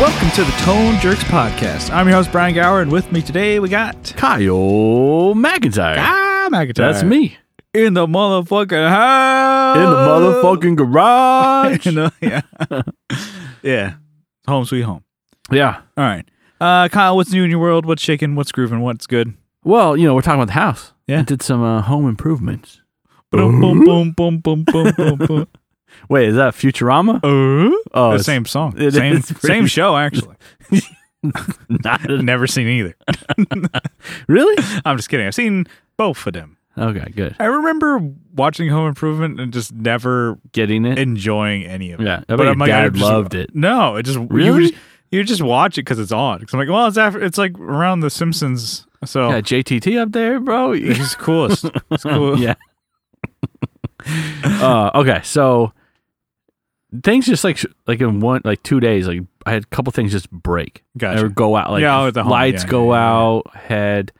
Welcome to the Tone Jerks Podcast. I'm your host, Brian Gower, and with me today we got Kyle McIntyre. Ah McIntyre. That's me. In the motherfucking house. In the motherfucking garage. You know, yeah. yeah. Home sweet home. yeah. All right. Uh, Kyle, what's new in your world? What's shaking? What's grooving? What's good? Well, you know, we're talking about the house. Yeah. I did some uh, home improvements. Boom, Uh-huh. boom, boom, boom, boom, boom, boom, boom. Wait, is that Futurama? Uh, Oh, the it's same song. it same is pretty- same show, actually. Not Never seen either. really? I'm just kidding. I've seen both of them. Okay, good. I remember watching Home Improvement and just never Getting it. enjoying any of it. Yeah, I bet your I dad loved it. No, it just you Really? would just- You just, watch it because it's on. 'Cause I'm like, well, it's after, it's like around the Simpsons, so Yeah, JTT up there, bro. it's coolest. It's cool. yeah. uh, okay, so things just like sh- like in one like two days, like I had a couple things just break Gotcha. or go out. Like Yeah, oh, at the home. lights Yeah, go yeah, yeah, out. Had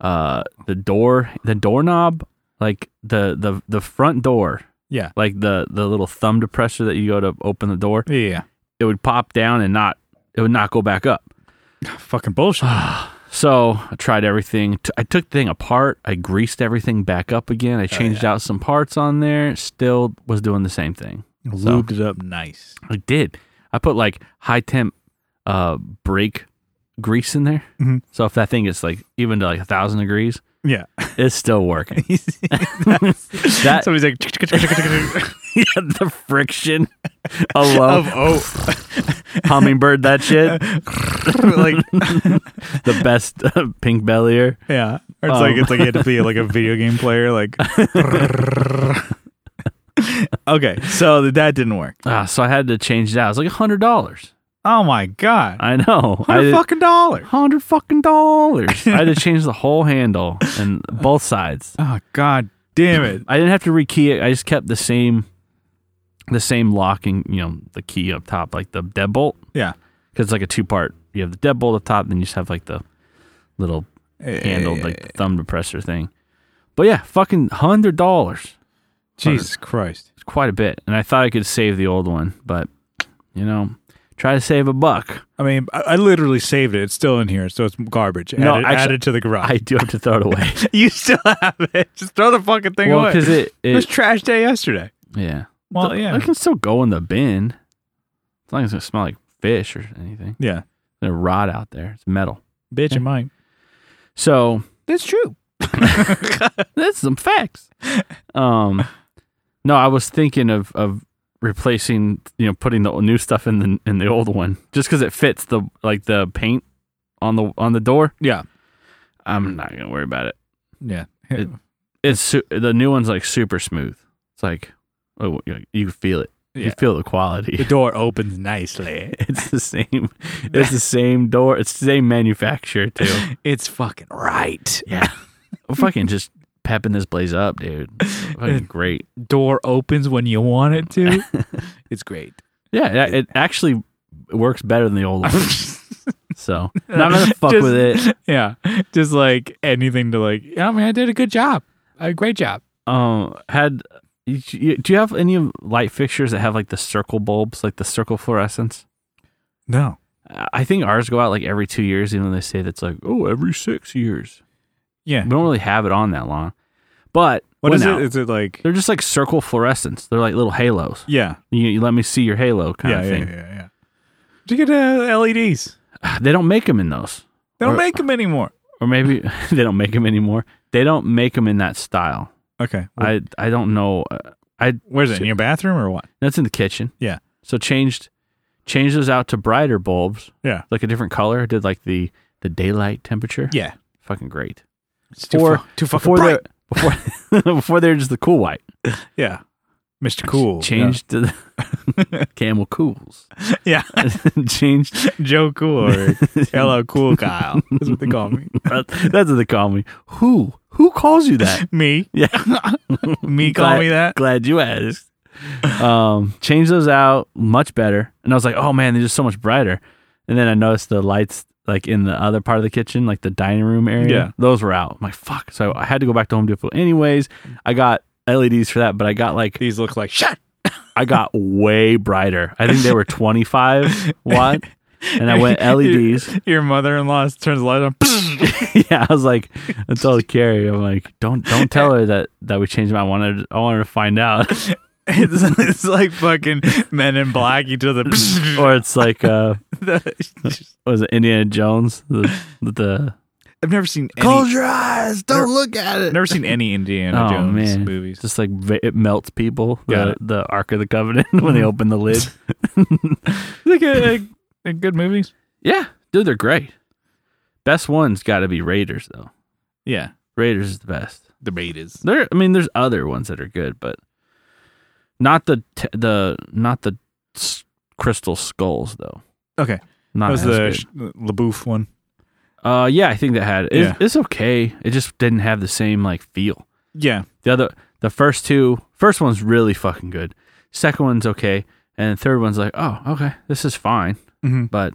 uh, the door, the doorknob, like the the the front door, yeah, like the the little thumb depressor that you go to open the door. yeah, yeah. It would pop down and not it would not go back up. Fucking bullshit. Ah, So I tried everything. T- I took the thing apart. I greased everything back up again. I changed out some parts on there. Still was doing the same thing. Lubed it up nice. I did. I put like high temp uh, brake grease in there. Mhm. So if that thing gets like even to like a thousand degrees, Yeah. it's still working. that, That- Somebody's like of Yeah, the friction alone, oh, hummingbird that shit. like The best uh, pink bellier. yeah. Or it's like Um. it's like you had to be like a video game player. Like okay, so that didn't work. Uh, so I had to change it out. It's like a hundred dollars. Oh my god, I know. I hundred did- fucking dollar. hundred fucking dollars. I had to change the whole handle and both sides. Oh god damn it. I didn't have to rekey it. I just kept the same, the same lock and you know the key up top, like the deadbolt, Yeah. because it's like a two part. You have the deadbolt up top, then you just have like the little handled Eh, like the thumb depressor thing. But yeah, fucking hundred dollars. Jesus Christ. It's quite a bit, and I thought I could save the old one, but you know, try to save a buck. I mean, I, I literally saved it. It's still in here, so it's garbage. No, added, actually- added to the garage. I do have to throw it away. you still have it. Just throw the fucking thing well, away. because it, it it was trash day yesterday. Yeah. Well, The- yeah. It can still go in the bin. As long as it doesn't smell like fish or anything. Yeah. It's gonna rot out there. It's metal. Bitch, am I? So That's true. that's some facts. Um no, I was thinking of of replacing you know, putting the new stuff in the in the old one. Just because it fits the like the paint on the on the door. Yeah. I'm not gonna worry about it. Yeah. It- It's su- the new one's like super smooth. It's like oh you you feel it. You Yeah. feel the quality. the door opens nicely. It's the same. It's the same door. It's the same manufacturer too. It's fucking right. Yeah. fucking just pepping this place up, dude. Fucking great. Door opens when you want it to. it's great. Yeah, yeah, it actually works better than the old one. So not gonna fuck Just- with it. Yeah. Just like anything to like, I mean, I did a good job. A great job. Um, had you, you- do you have any of light fixtures that have like the circle bulbs, like the circle fluorescence? No. I I think ours go out like every two years, even though they say that's like oh every six years. Yeah. We don't really have it on that long, but What well, is no. it? Is it like They're just like circle fluorescents. They're like little halos. Yeah. You, you let me see your halo kind Yeah, of yeah, thing. yeah, yeah. Did you get uh, LEDs? They don't make them in those, They don't Or- 'em make them anymore. or maybe they don't make them anymore. They don't make them in that style. Okay. I I don't know. Uh, I Where's it? In your bathroom or what? that's in the kitchen. Yeah. So changed changed those out to brighter bulbs, Yeah. like a different color. I did like the the daylight temperature. Yeah. Fucking great. It's too, Or- fu- too fucking Before bright. they before before they're just the cool white. Yeah. Mr. Cool. Changed to the Camel Cools. Yeah. changed Yeah. Joe Cool or Hello Cool Kyle. That's what they call me. That- That's what they call me. Who? Who calls you that? Me. Yeah. Me call Glad- me that. Glad you asked. Um, changed those out much better, and I was like, oh man, they're just so much brighter. And then I noticed the lights like in the other part of the kitchen, like the dining room area. Yeah. those were out. I'm like fuck, so I had to go back to Home Depot anyways. I got LEDs for that, but I got like These look like shut. I got way brighter. I think they were 25 watt, and I went E LEDs. Your mother-in-law turns the light on. yeah, I was like, I told Carrie, I'm like, don't don't tell her that that we changed. My I wanted I wanted to find out, it's, it's like fucking Men in Black. You do the. or it's like, uh, was it Indiana Jones? The, the I've never seen. Any, your eyes, don't look at it. never seen any Indiana Oh, Jones man. movies. Just like va- it melts people. Got The, the Ark of the Covenant when they open the lid. Like uh, uh, good movies. yeah, dude, they're great. Best one's got to be Raiders though. Yeah, Raiders is the best. the Raiders. There, I mean, there's other ones that are good, but not the t- the not the s- crystal skulls though. Okay, Not that was as the good. sh- LaBouf one. Uh, yeah, I think that had it. Yeah. It's okay. It just didn't have the same like feel. Yeah, The other, the first two, first one's really fucking good. Second one's okay, and the third one's like, oh, okay, this is fine, mm-hmm. but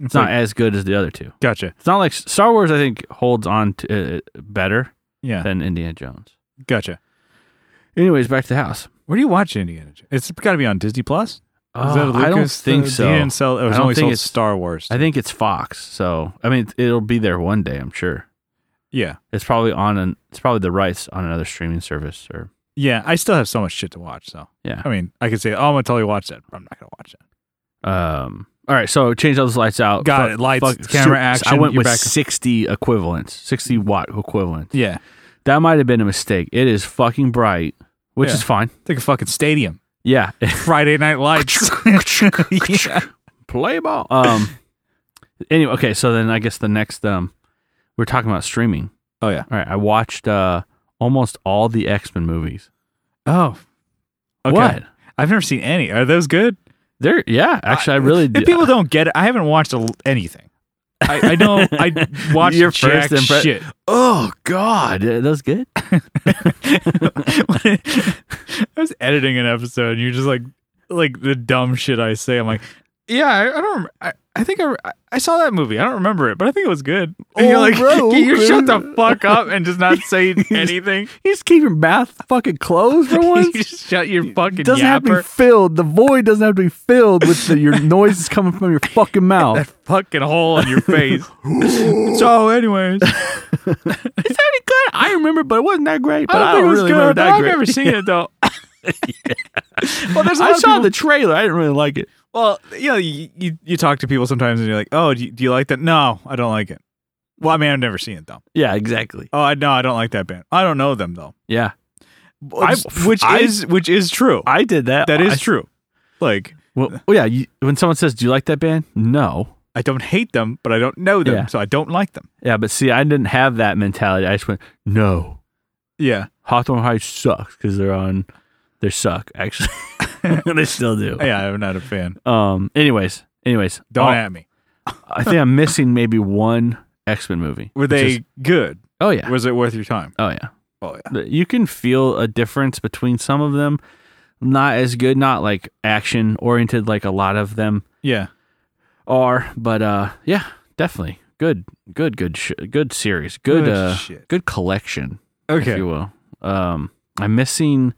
it's not as good as the other two. Gotcha. It's not like Star Wars. I think holds on to it better Yeah, than Indiana Jones. gotcha. Anyways, back to the house. Where do you watch Indiana Jones? It's got to be on Disney Plus. Uh, I don't think so. He didn't sell. It was I don't only think sold it's- Star Wars. I think it's Fox. So I mean, it'll be there one day. I'm sure. yeah, It's probably on an. It's probably the rights on another streaming service. Or yeah. I still have so much shit to watch. So yeah. I mean, I could say, oh, I'm gonna totally watch that, but I'm not gonna watch that. Um. All right. So change all those lights out. Got Fu- it. Lights, fuck- camera so- so action, I went you're with back. 60 equivalents, 60 watt equivalents. Yeah, That might have been a mistake. It is fucking bright, which Yeah. is fine. it's like a fucking stadium. Yeah. Friday Night Lights. Yeah. Play ball. Um. anyway. Okay. So then I guess the next um, we're talking about streaming. Oh yeah. All right. I watched uh almost all the X Men movies. Oh. Okay. What? I've never seen any. Are those good? They're yeah. Actually, I, really Uh, If people don't get it, I haven't watched a l anything. I, I know I watched Your jack first impre- shit. Oh God, Uh, that's good. I was editing an episode, and you're just like, like the dumb shit I say. I'm like, yeah, I, I don't. rem- I, I think I, re- I- I saw that movie. I don't remember it, but I think it was good. And you're Oh, like, bro, "Can you okay." shut the fuck up and just not say anything? He's keeping mouth fucking closed for You once. just shut your fucking It doesn't have to be yapper. filled. The void doesn't have to be filled with the, your noises coming from your fucking that mouth. fucking hole in your face. so, anyways, Is that any good? I remember, but it wasn't that great. I But don't I think don't, it was really remember good. that I've great. never seen it though. well, there's a lot I of saw people the trailer. I didn't really like it. Well, you know, you, you, you talk to people sometimes and you're like, oh, do you, do you like that? No, I don't like it. Well, I mean, I've never seen it though. Yeah, exactly. Oh, I no, I don't like that band. I don't know them though. Yeah, Which, which I- is which is true. I did that. that is I- true. Like, Well, well, yeah. You, when someone says, "Do you like that band?" No. I don't hate them, but I don't know them, Yeah. so I don't like them. Yeah, but see, I didn't have that mentality. I just went, "No, Yeah, Hawthorne High sucks because they're on, they suck actually. they still do. yeah, I'm not a fan. Um. Anyways, anyways, Don't I'll- at me. I think I'm missing maybe one X Men movie. Were which they is- good? oh yeah. Was it worth your time? oh yeah. Oh yeah. The- You can feel a difference between some of them. Not as good, not like action oriented, like a lot of them Yeah. are. But uh, yeah, definitely good, good, good, sh- good series, good, Good uh, shit. good collection, if Okay. you will. Um, I'm missing.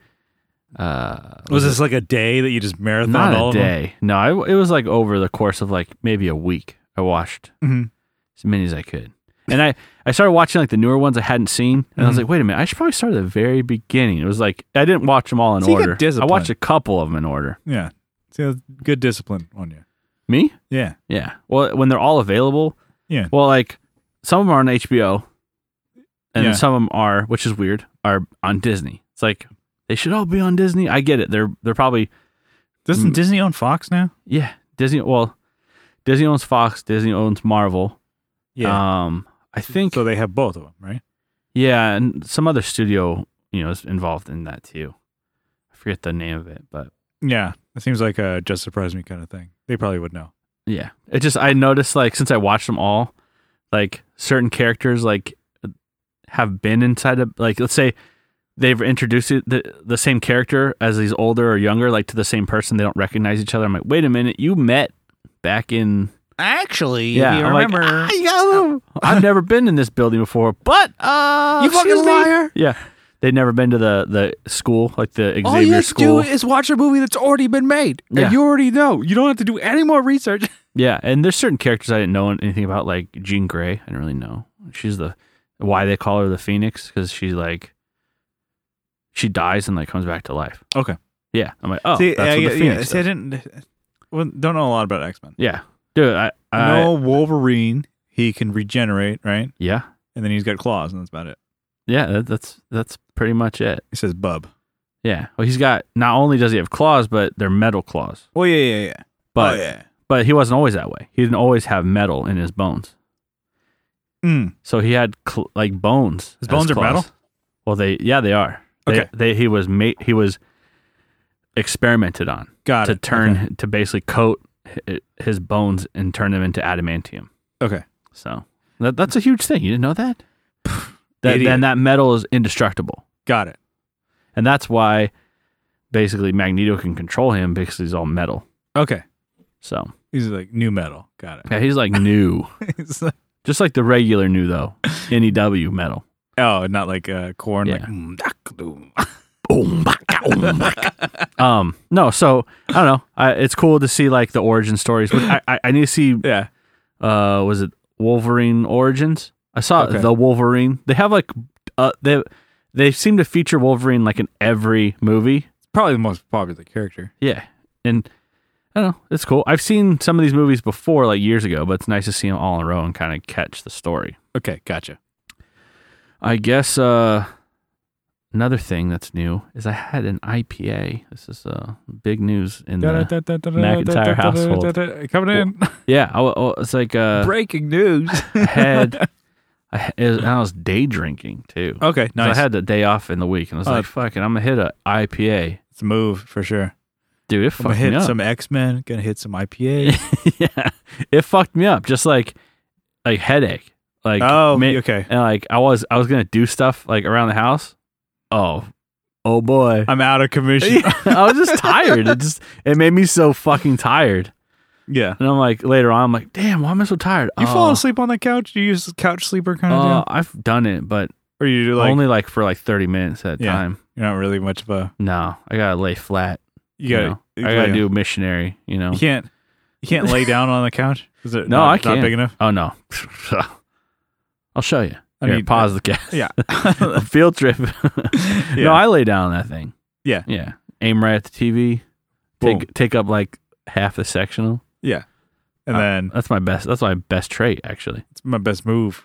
Uh, Was this like a day that you just marathoned not all a of them? day? No, I, it was like over the course of like maybe a week. I watched Mhm. as many as I could. And I, I started watching like the newer ones I hadn't seen, and I was Mm-hmm. like, wait a minute, I should probably start at the very beginning. It was like I didn't watch them all in So you got order. I disciplined. watched a couple of them in order. Yeah. See, that's good discipline on you. Me? Yeah. Yeah. Well, when they're all available. Yeah. Well, like some of them are on HBO, and Yeah. some of them are, which is weird, are on Disney. It's like they should all be on Disney. I get it. They're they're probably Doesn't Disney own Fox now? yeah Disney. Well, Disney owns Fox. Disney owns Marvel. Um, I think Uh, so they have both of them, right? Yeah, and some other studio, you know, is involved in that too. I forget the name of it, but Yeah, it seems like a just surprise me kind of thing. They probably would know. yeah, it just I noticed like since I watched them all, like certain characters like have been inside of like let's say they've introduced it, the the same character as these older or younger, like to the same person. They don't recognize each other. I'm like, wait a minute, you met back in Actually, yeah. if you I'm like, remember, "Ah, you got a little- I've never been in this building before, but uh, You fucking excuse me." liar. Yeah, they'd never been to the the school, like the Xavier All you have to school. do is watch a movie that's already been made. and Yeah. you already know. You don't have to do any more research. Yeah, and there's certain characters I didn't know anything about, like Jean Grey. I didn't really know. She's the why they call her the Phoenix because she like she dies and like comes back to life. Okay. Yeah, I'm like, oh, that's I, what the Phoenix. see, I does. didn't. Well, don't know a lot about X Men. Yeah, dude, I, I No Wolverine. He can regenerate, right? yeah, And then he's got claws, and that's about it. yeah. That, that's that's pretty much it. He says bub. Yeah. Well, he's got not only does he have claws, but they're metal claws. Oh yeah, yeah, yeah. But oh yeah. but he wasn't always that way. He didn't always have metal in his bones. Mm. So he had cl- like bones. His as bones are claws. metal? Well, they yeah they are. They- Okay. They, he was made he was experimented on Got to it. turn to basically coat hi- his bones and turn them into adamantium. Okay. okay. So that, that's a huge thing. You didn't know that. that Idiot. then that metal is indestructible, Got it. and that's why basically Magneto can control him because he's all metal. Okay. So He's like new metal. Got yeah, he's like new, it. He's like- just like the regular new though. New metal. oh, not like uh, corn. Yeah. Like, mm, dak, doom. um no so i don't know I, it's cool to see like the origin stories which I, I i need to see yeah. uh was it wolverine origins i saw Okay. the wolverine they have like uh they they seem to feature wolverine like in every movie Probably the most popular character. yeah and i don't know it's cool i've seen some of these movies before like years ago but it's nice to see them all in a row and kind of catch the story Okay, gotcha. i guess uh another thing that's new is i had an ipa this is uh big news in the McIntyre household. Coming in. Yeah, I, wa- I, it's like uh, Breaking news. I had, I, ha- it was, and I was day drinking too. okay, So Oh, nice. I had the day off in the week, and I was Oh. like, "Fucking, I'm gonna hit a IPA, it's a move for sure. dude." It I'm gonna fucked me hit up. some X Men. Gonna hit some IPA. yeah, it fucked me up. Just like, like headache. Like oh, ma- okay. and like I was, I was gonna do stuff like around the house. Oh, oh boy. I'm out of commission. I was just tired. It just it made me so fucking tired. yeah. And I'm like later on, I'm like, damn, why am I so tired? You oh, fall asleep on the couch. Do you use couch sleeper kind of Oh, deal, I've done it, but or you do like only like for like 30 minutes at a Yeah. time. you're not really much of a. No, I gotta lay flat. You gotta. you know? I gotta do missionary. You know, You can't. You can't lay down on the couch. Is it No, not, I Not can. big enough. oh no, I'll show you. I I Here, need- pause the gas. Yeah. field trip. Yeah. No, I lay down on that thing. Yeah. yeah. Aim right at the TV. Boom. Take take up like half the sectional. yeah. And Uh, then That's my best. That's my best trait actually. it's my best move.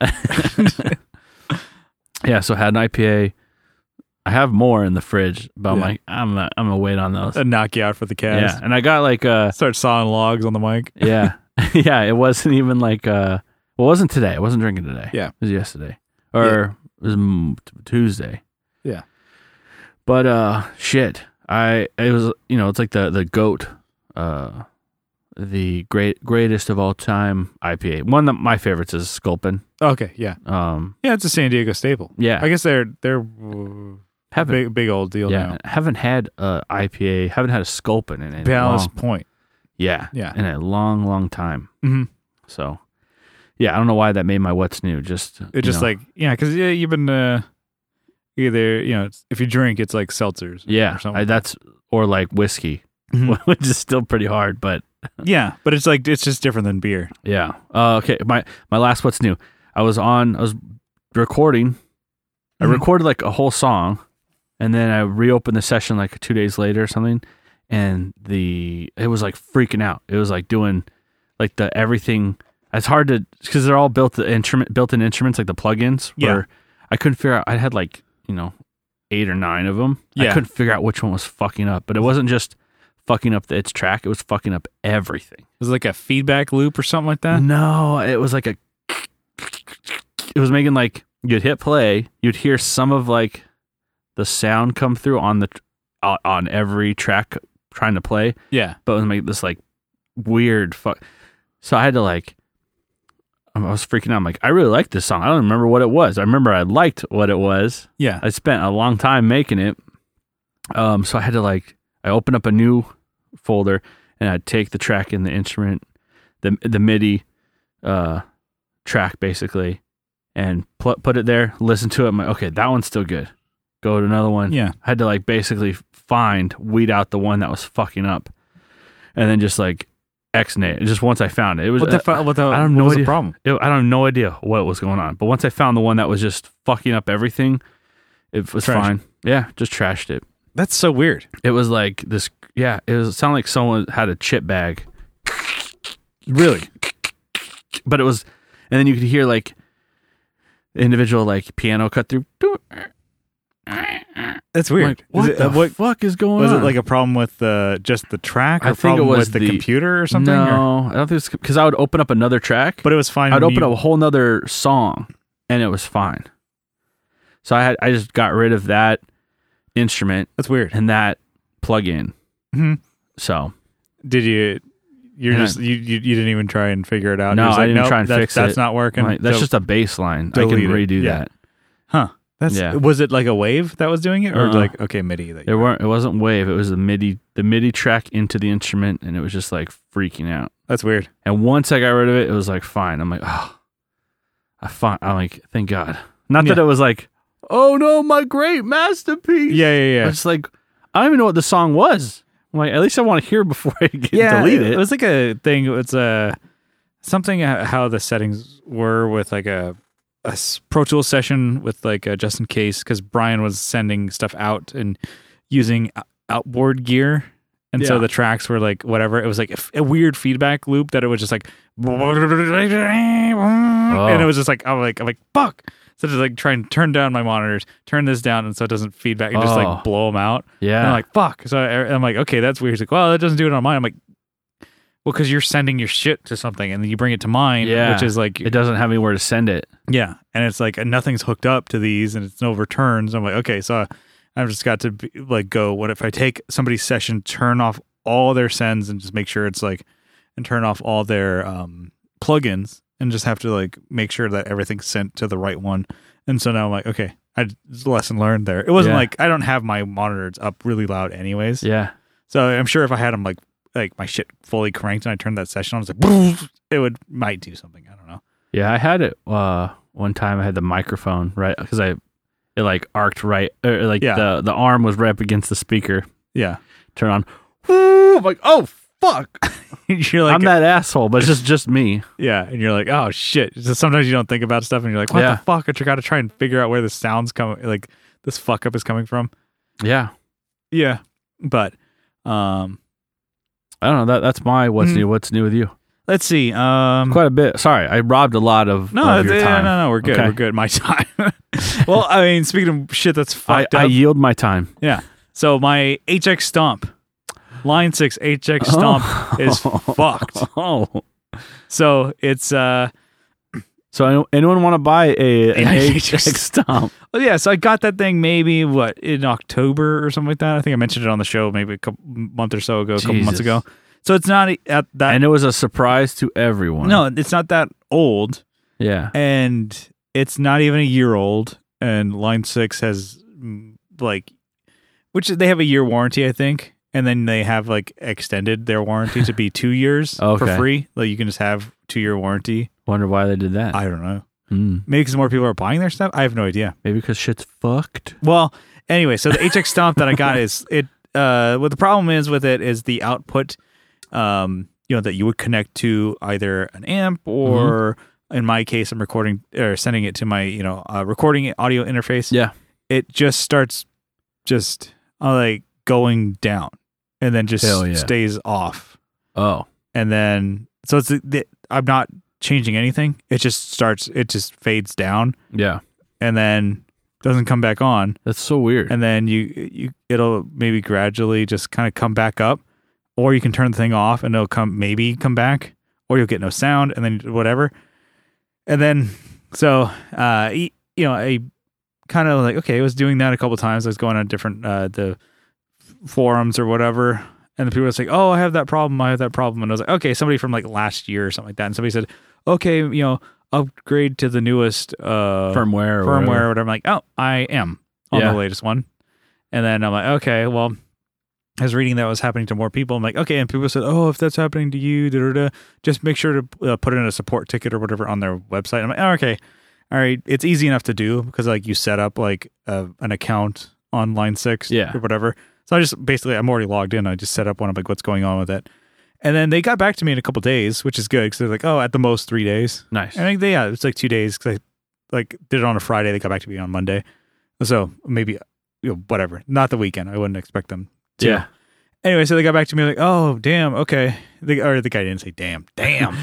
Yeah. So I had an IPA. I have more in the fridge, but I'm Yeah. like, I'm not, I'm gonna wait on those. a knock you out for the yeah, cast. and I got like uh Start sawing logs on the mic. Yeah. yeah. It wasn't even like, uh, well, it wasn't today. I wasn't drinking today. Yeah. It was yesterday or it was mm, t- Tuesday. Yeah. But, uh, shit. I, it was, you know, it's like the, the goat, uh, the great greatest of all time IPA. One of my favorites is Sculpin. Okay. Yeah. Um, Yeah. It's a San Diego staple. yeah, I guess they're they're uh, haven't big big old deal yeah now. haven't had a IPA, haven't had a Sculpin in it. Ballast Point. Yeah. Yeah. In a long, long time. Mhm. So, yeah, I don't know why that made my what's new. Just It's just like yeah, because yeah, you've been uh, either you know it's- if you drink, it's like seltzers. yeah, or something. I, that's or like whiskey, Mhm. which is still pretty hard. But yeah, but it's like it's just different than beer. yeah, uh, okay. My my last what's new. I was on. I was recording. I Mhm. recorded like a whole song, and then I reopened the session like two days later or something, and the it was like freaking out. It was like doing like the everything. It's hard to because they're all built the instrument built-in instruments like the plugins. Yeah. Where I couldn't figure out. I had like you know eight or nine of them. Yeah. I couldn't figure out which one was fucking up, but it wasn't just fucking up the, its track. It was fucking up everything. It's like a feedback loop or something like that. No, it was like a. It was making like you'd hit play, you'd hear some of like the sound come through on the tr- on- on every track trying to play, Yeah, but it was making this like weird fuck. So I had to like, I I was freaking out. I'm like, I really like this song. I don't remember what it was. I remember I liked what it was. Yeah. I spent a long time making it. Um, so I had to like I open up a new folder and I take the track and the instrument, the the MIDI uh track basically, and pl- put it there. Listen to it. I'm like, okay, that one's still good. Go to another one. Yeah. I had to like basically find weed out the one that was fucking up, and then just like exnate. Just once I found it, it was uh, What the, fu- what the I don't know what was idea. the problem? it, I have no idea what was going on. But once I found the one that was just fucking up everything, it was Trash. fine. Yeah, just trashed it. That's so weird. It was like this. Yeah, it was it sounded like someone had a chip bag, Really? but it was, and then you could hear like individual like piano cut through. That's weird. Like, what Is it- the uh, what fuck is going was on? it like a problem with uh, just the track or I a think it problem was with the, the- computer or something? Or- No, I don't think it's because I would open up another track. but it was fine. when I'd open you- up a whole nother song and it was fine. So I had I just got rid of that instrument That's weird. and that plug-in. Mhm. So Did you? You're And I- just you, you. You didn't even try and figure it out. No, You're just I like, didn't nope, try and that's, fix That's it. not working. like, that's So- just a baseline. I can delete it. redo Yeah. that. huh. That's yeah. was it like a wave that was doing it, or Uh-uh. like okay MIDI? That There weren't. It wasn't wave. It was the MIDI. The MIDI track into the instrument, and it was just like freaking out. that's weird. And once I got rid of it, it was like fine. I'm like, oh, I find. I'm like, thank God. Not that Yeah. it was like, oh no, my great masterpiece. Yeah, yeah, yeah. I was like, I don't even know what the song was. I'm like, at least I want to hear before I get, delete it. It was like a thing. It's a something uh, how the settings were with like a, a s- Pro Tools session with like uh just in case because Brian was sending stuff out and using o- outboard gear. And so Yeah. the tracks were like whatever. It was like a, f- a weird feedback loop that it was just like, Oh. and it was just like I'm like I'm like fuck. So just like try and turn down my monitors, turn this down, and so it doesn't feedback and just Oh. like blow them out. And yeah. I'm like, fuck. So I, I'm like, okay, that's weird. He's like, well, that doesn't do it on mine. I'm like, well, because you're sending your shit to something and then you bring it to mine, Yeah. which is like, it doesn't have anywhere to send it. yeah. And it's like, and nothing's hooked up to these and it's no returns. I'm like, okay, so I've just got to be, like go. What if I take somebody's session, turn off all their sends and just make sure it's like, and turn off all their um, plugins and just have to like make sure that everything's sent to the right one. And so now I'm like, okay, I it's a lesson learned there. It wasn't Yeah. like I don't have my monitors up really loud anyways. Yeah. So I'm sure if I had them like like my shit fully cranked and I turned that session on, it's like it would might do something. I don't know. Yeah, I had it uh, one time. I had the microphone right because I it like arced right, or like Yeah. the the arm was right up against the speaker. Yeah, Turn on. Woo! I'm like, oh fuck! you're like I'm that asshole, but it's just just me. yeah, and you're like oh shit. So sometimes you don't think about stuff and you're like what Yeah. the fuck? I got to try and figure out where the sounds coming like this fuck up is coming from. Yeah, Yeah, but um, I don't know. That that's my what's Mhm. new. What's new with you? let's see. Um, Quite a bit. Sorry, I robbed a lot of, no, uh, of th- your yeah, time. no, no, we're good. Okay. We're good. My time. well, I mean, speaking of shit that's I, fucked I up. yield my time. yeah. So my HX stomp, line six HX stomp is fucked. Oh. So it's uh So an- anyone want to buy a an Yeah, HX just- stomp? well, oh, yeah, so I got that thing maybe what in October or something like that. I think I mentioned it on the show maybe a couple month or so ago, a couple months Jesus. ago. So it's not e, at that And it was a surprise to everyone. no, it's not that old Yeah. and it's not even a year old and line 6 has mm, like which they have a year warranty I think and then they have like extended their warranty to be 2 years Okay. for free. Like you can just have 2 year warranty. Wonder why they did that. I don't know. Mm. Maybe cuz more people are buying their stuff. I have no idea. Maybe because shit's fucked. Well, anyway, so the HX Stomp that I got is it. Uh, what the problem is with it is the output, um, you know, that you would connect to either an amp or, Mm-hmm. in my case, I'm recording or sending it to my, you know, uh, recording audio interface. Yeah. It just starts, just uh, like going down, and then just Hell yeah. stays off, Oh. and then so it's the, the, I'm not changing anything. It just starts. It just fades down, Yeah. and then doesn't come back on That's so weird. and then you you it'll maybe gradually just kind of come back up or you can turn the thing off and it'll come maybe come back or you'll get no sound and then whatever and then so uh y- you know i kind of like okay i was doing that a couple times i was going on different uh the forums or whatever and the people was like oh i have that problem i have that problem and i was like okay somebody from like last year or something like that and somebody said okay you know upgrade to the newest uh, firmware, or firmware whatever. or whatever. I'm like, oh, I am on Yeah. the latest one. And then I'm like, okay, well, I was reading that was happening to more people. I'm like, okay, and people said, oh, if that's happening to you, da, da, da, just make sure to uh, put in a support ticket or whatever on their website. I'm like, oh, okay, all right, it's easy enough to do because like you set up like a, an account on Line Six, Yeah. or whatever. So I just basically I'm already logged in. I just set up one. I'm like, what's going on with it? And then they got back to me in a couple days, which is good because they're like, oh, at the most three days. Nice. I think they yeah, it's like two days because I like did it on a Friday. They got back to me on Monday, so maybe you know, whatever. Not the weekend. I wouldn't expect them. to. yeah. Anyway, so they got back to me like, oh damn, okay. The, or the guy didn't say damn, damn,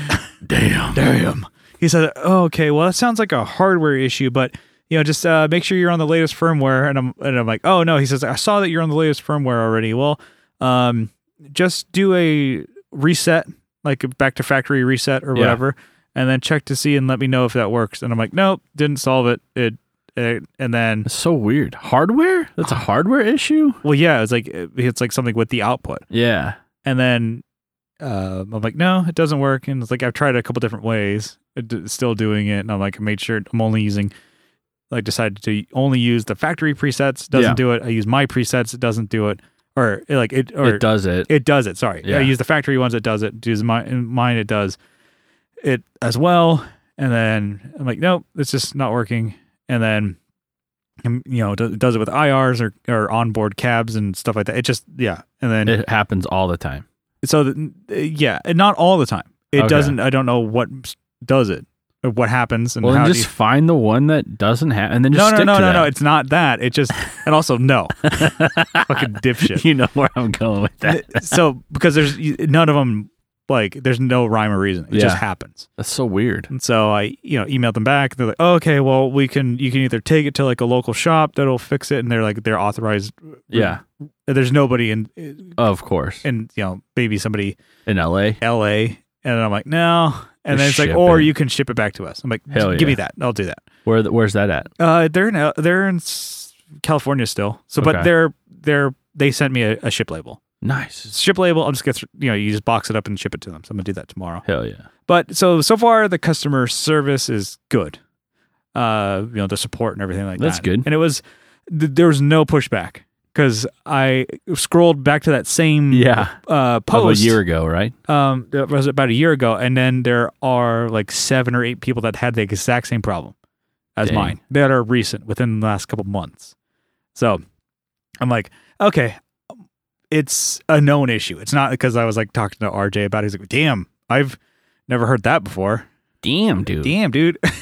Damn. damn. He said, oh, okay, well that sounds like a hardware issue, but you know just uh, make sure you're on the latest firmware. And I'm and I'm like, oh no. He says, I saw that you're on the latest firmware already. Well, um, just do a reset, like a back to factory reset or Yeah. whatever, and then check to see and let me know if that works. And I'm like, nope, didn't solve it. It, it and then That's so weird. Hardware? That's a hardware issue? well, yeah, it's like it's like something with the output. Yeah. And then uh, I'm like, no, it doesn't work. And it's like I've tried a couple different ways, it d- still doing it. And I'm like, I made sure I'm only using, like, decided to only use the factory presets. Doesn't Yeah. do it. I use my presets. It doesn't do it. Or like it. Or it does it. it does it. Sorry, Yeah. I use the factory ones. It does it. Use my mine. It does it as well. And then I'm like, nope, it's just not working. And then um, you know, do- does it with IRs or or onboard cabs and stuff like that. It just yeah. And then It happens all the time. so th- uh, yeah, and not all the time. It Okay. doesn't. I don't know what s- does it, or what happens, and Well, how then do just you- find the one that doesn't have, and then just no, no, stick no, to no, that. no. It's not that. It just and also no, fucking dipshit. You know where I'm going with that. so because there's y- none of them like there's no rhyme or reason it Yeah. just happens That's so weird. and so i you know emailed them back they're like oh, okay well we can you can either take it to like a local shop that'll fix it and they're like they're authorized Yeah, there's nobody in of course. and you know maybe somebody In LA, la and i'm like no and then it's Just like ship or it. you can ship it back to us i'm like Hell give me yeah. that i'll do that where the, where's that at? uh they're in they're in S- california still so but Okay. they're they're they sent me a, a ship label Nice. ship label i'm just gonna th- you know you just box it up and ship it to them so i'm gonna do that tomorrow Hell yeah. But so so far, the customer service is good. Uh, you know the support and everything like That's that. good. And it was th- there was no pushback because I scrolled back to that same Yeah, uh of a post year ago, right? um that was about a year ago, and then there are like seven or eight people that had the exact same problem as Dang. mine that are recent within the last couple months. So I'm like, okay, it's a known issue. It's not because I was like talking to RJ about it. He's like, damn, I've never heard that before Damn, dude. damn, dude. and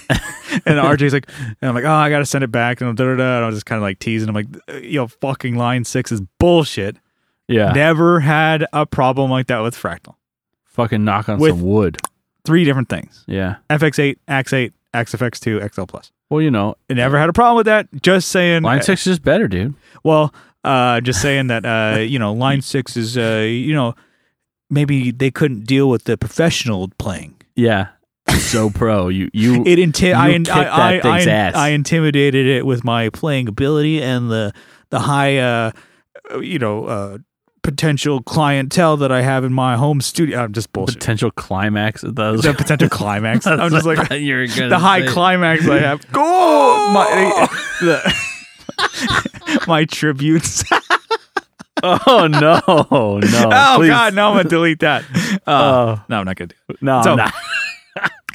RJ's like, and I'm like, oh, I got to send it back. And, da, da, da, and I was just kind of like teasing. I'm like, yo, fucking line six is bullshit. Yeah, Never had a problem like that with Fractal. fucking knock on With- some wood. Three different things Yeah. FX8, AX8, AXFX2, XL Plus. Well, you know, I never had a problem with that. Just saying. uh, line six is just better, dude. Well, uh, just saying that, uh, you know, line six is, uh, you know, maybe they couldn't deal with the professional playing. Yeah, so pro. You you it inti- I, kicked that I, I, thing's I, ass. I intimidated it with my playing ability and the the high uh you know uh potential clientele that I have in my home studio. I'm just bullshit. potential climax of those. the potential climax. I'm just like you're gonna the high say. climax I have. Go Oh. my the, my tributes. Oh no, no. oh please. God, no! I'm gonna delete that. Uh, Oh. no, I'm not gonna do. It. no, So- no.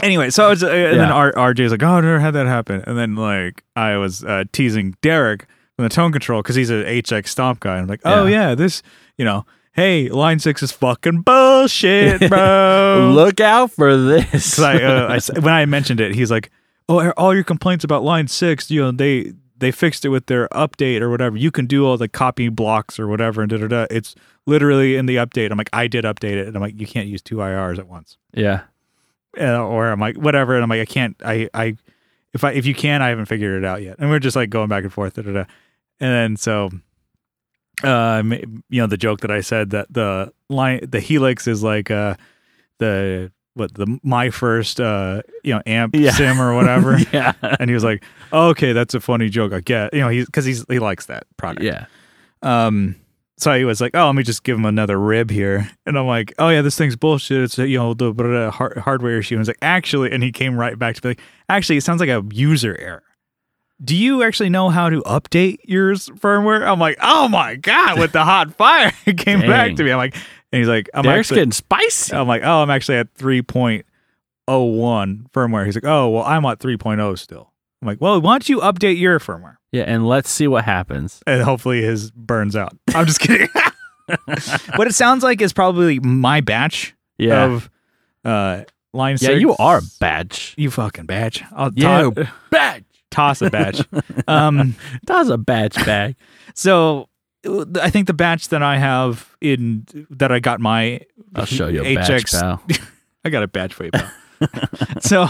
Anyway, so I was, uh, and then Yeah. R- RJ's like, oh, I never had that happen. And then like I was uh, teasing Derek from the tone control because he's an HX stomp guy. And I'm like, oh yeah. this, you know, hey, line six is fucking bullshit, bro. Look out for this. 'Cause I, uh, I s- when I mentioned it, he's like, oh, are all your complaints about line six, you know, they they fixed it with their update or whatever. You can do all the copy blocks or whatever, and da da da. It's literally in the update. I'm like, I did update it, and I'm like, you can't use two IRs at once yeah. uh, or I'm like whatever, and I'm like I can't, I, I, if I if you can, I haven't figured it out yet, and we're just like going back and forth, da, da, da. and then so, uh, ma- you know the joke that I said that the line the helix is like uh the what the my first uh you know amp Yeah. sim or whatever, Yeah. and he was like okay that's a funny joke I get you know he's because he's he likes that product Yeah. um so he was like, "Oh, let me just give him another rib here," and I'm like, "Oh yeah, this thing's bullshit. It's you know the blah, blah, blah, har- hardware issue." And he's like, "Actually," and he came right back to be like, "Actually, it sounds like a user error. Do you actually know how to update your firmware?" I'm like, "Oh my god!" With the hot fire, it came back Dang. to me. I'm like, and he's like, "I'm Derek's actually," getting spicy. I'm like, "Oh, I'm actually at 3.01 firmware." He's like, "Oh, well, I'm at 3.0 still." I'm like, "Well, why don't you update your firmware?" yeah, and let's see what happens. and hopefully his burns out. I'm just kidding. what it sounds like is probably my batch Yeah, of uh, line yeah, six. you are a batch. You fucking batch. I'll Yeah, to- batch. toss a batch. um, That's a batch bag. so I think the batch that I have in that I got my I'll show you a batch, HX. pal. I got a batch for you, pal. so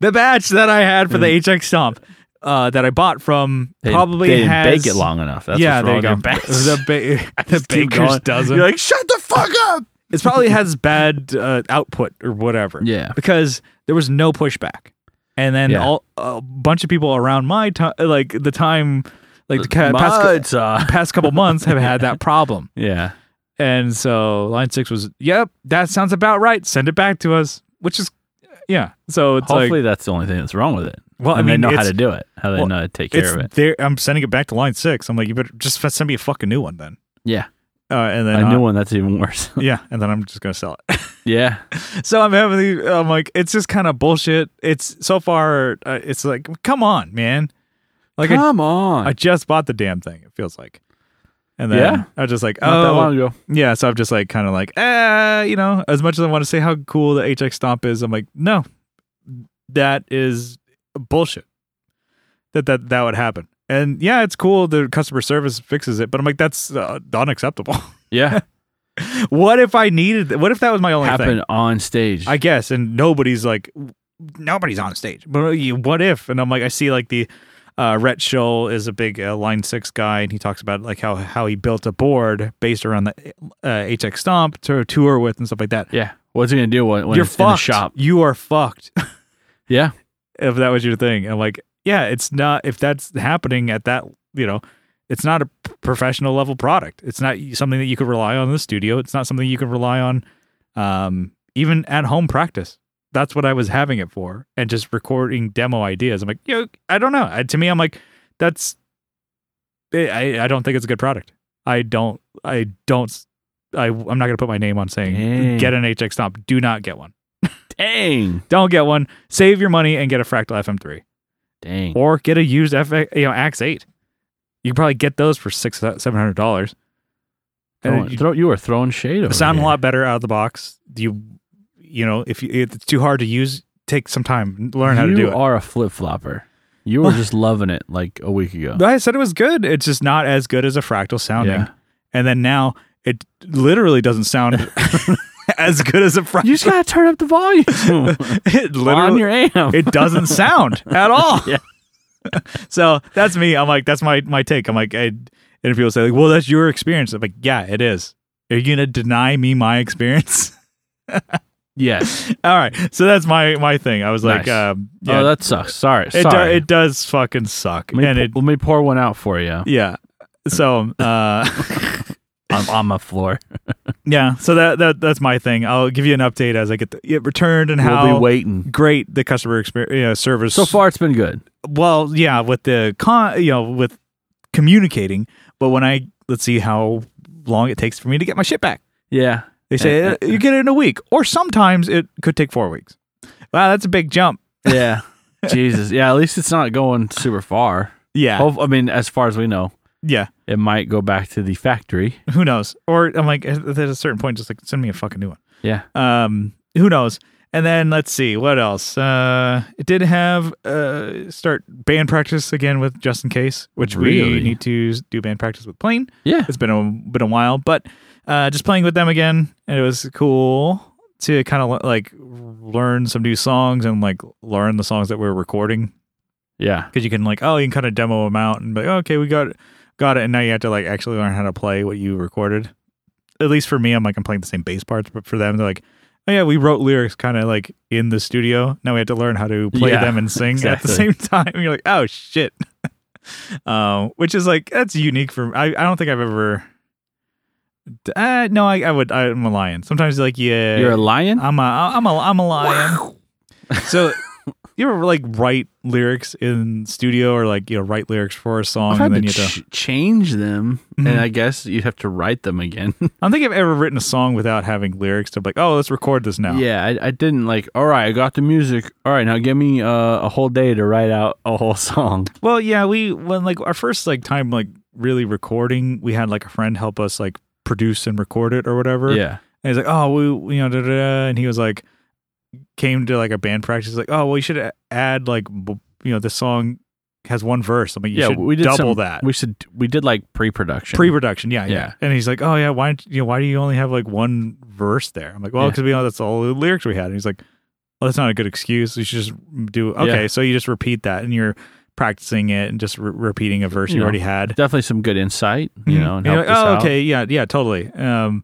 the batch that I had for the HX stomp uh, that I bought from Mm. They- probably they didn't has bake it long enough. That's yeah, what's wrong there you go. with your batch. The, ba- the Just keep baker's going. dozen. You're like, shut the fuck up. it probably has bad uh, output or whatever. Yeah. Because there was no pushback, and then Yeah. all, a bunch of people around my time, like the time, like the ca- past, cou- Muds, uh, past couple months, have had that problem. yeah. And so line six was, yep, that sounds about right. Send it back to us, which is, yeah. So it's Hopefully that's the only thing that's wrong with it. Well, I and mean, they know how it's- to do it. How they well, know how to take like care of it. it's there. I'm sending it back to line six. I'm like, you better just send me a fucking new one then. Yeah, Uh, and then a I- new one that's even worse. yeah, and then I'm just gonna sell it. yeah, so I'm having the, I'm like, it's just kind of bullshit. It's so far, uh, it's like, come on, man. Like I, come on, I just bought the damn thing. It feels like, and then Yeah. I was just like, not that long oh ago. yeah. So I'm just like, kind of like, eh, you know, as much as I want to say how cool the HX Stomp is, I'm like, no, that is bullshit. That that that would happen. And yeah, it's cool. The customer service fixes it, but I'm like, that's uh, unacceptable. Yeah, what if I needed? What if that was my only thing? happened on stage. I guess, and nobody's like, nobody's on stage. But uh, you- what if? And I'm like, I see like the uh, Rhett Scholl is a big uh, Line Six guy, and he talks about like how how he built a board based around the uh, HX Stomp to tour with and stuff like that. yeah, what's he gonna do when, when You're it's in the fucked. shop? You are fucked Yeah, if that was your thing. I'm like, yeah, it's not. If that's happening at that, you know. It's not a p- professional level product. It's not something that you could rely on in the studio. It's not something you can rely on um, even at home practice. That's what I was having it for, and just recording demo ideas. I'm like, yo, I don't know. I, to me, I'm like, that's. eh, I I don't think it's a good product. I don't. I don't. I I'm not gonna put my name on saying Dang. get an HX stomp. Do not get one. dang, Don't get one. Save your money and get a Fractal FM3 dang. or get a used F you know Axe Eight. You can probably get those for six seven hundred dollars. Throwing, you- throw, you are throwing shade. Over They sound here. a lot better out of the box. You, you know, if, you, if it's too hard to use, take some time, learn how to you do it. are a flip flopper. You were just loving it like a week ago. I said it was good. It's just not as good as a fractal sounding. Yeah. And then now it literally doesn't sound as good as a fractal. You just gotta turn up the volume it on literally your amp. it doesn't sound at all. Yeah. so that's me. I'm like, that's my my take. I'm like, I, and people say like, well, that's your experience. I'm like, yeah, it is. Are you gonna deny me my experience? yes. all right. So that's my my thing. I was like, Nice. um, yeah, Oh, that sucks. Sorry. it, do, sorry. it does fucking suck. let, me and pou- it let me pour one out for you. yeah. So uh, I'm on my floor. yeah. So that that that's my thing. I'll give you an update as I get the, it returned and We'll how be waiting. great the customer experience you know, service So far, it's been good. well yeah with the con you know with communicating but when i let's see how long it takes for me to get my shit back Yeah. they say Eh, "Uh, you get it in a week or sometimes it could take four weeks wow that's a big jump Yeah. Jesus. Yeah. At least it's not going super far. yeah Hope- I mean, as far as we know, yeah it might go back to the factory. who knows or i'm like at at a certain point just like send me a fucking new one Yeah. um who knows and then let's see what else uh it did have uh start band practice again with just in case which we Really? need to do band practice with plane Yeah. it's been a been a while, but uh, just playing with them again, and it was cool to kind of like learn some new songs and like learn the songs that we're recording Yeah. because you can like oh you can kind of demo them out and be like okay we got got it and now you have to like actually learn how to play what you recorded. At least for me, I'm like I'm playing the same bass parts, but for them they're like oh yeah we wrote lyrics kind of like in the studio. Now we have to learn how to play Yeah, them and sing at the exactly. same time. You're like oh Um, shit, uh, which is like that's unique for I I don't think I've ever Uh, no, I, I would. I'm a lion. Sometimes like yeah, You're a lion? I'm a I'm a I'm a lion. so you ever like write lyrics in studio or like you know write lyrics for a song I've and had then to you have to. ch- change them, Mhm. and I guess you'd have to write them again. I don't think I've ever written a song without having lyrics to be like oh let's record this now. yeah, I, I didn't like. All right, I got the music. All right, now give me uh, a whole day to write out a whole song. Well, yeah, we when like our first like time like really recording, we had like a friend help us like produce and record it or whatever. Yeah, And he's like, oh, we, you know, da, da, da. and he was like, came to like a band practice. He's like, oh, well, you should add like, b- you know, this song has one verse. I'm like, you yeah. should We did double some- that. We should. We did like pre-production. Pre-production, yeah, yeah, Yeah. And he's like, oh yeah, why, don't you know, why do you only have like one verse there? I'm like, well, Yeah. because we know that's all the lyrics we had. And he's like, well, that's not a good excuse. You should just do okay. Yeah. So you just repeat that, and you're practicing it and just re- repeating a verse you, You know. already had. Definitely some good insight. You Mhm. know, and You're helped like, us oh, out. okay, yeah, yeah, totally. Um,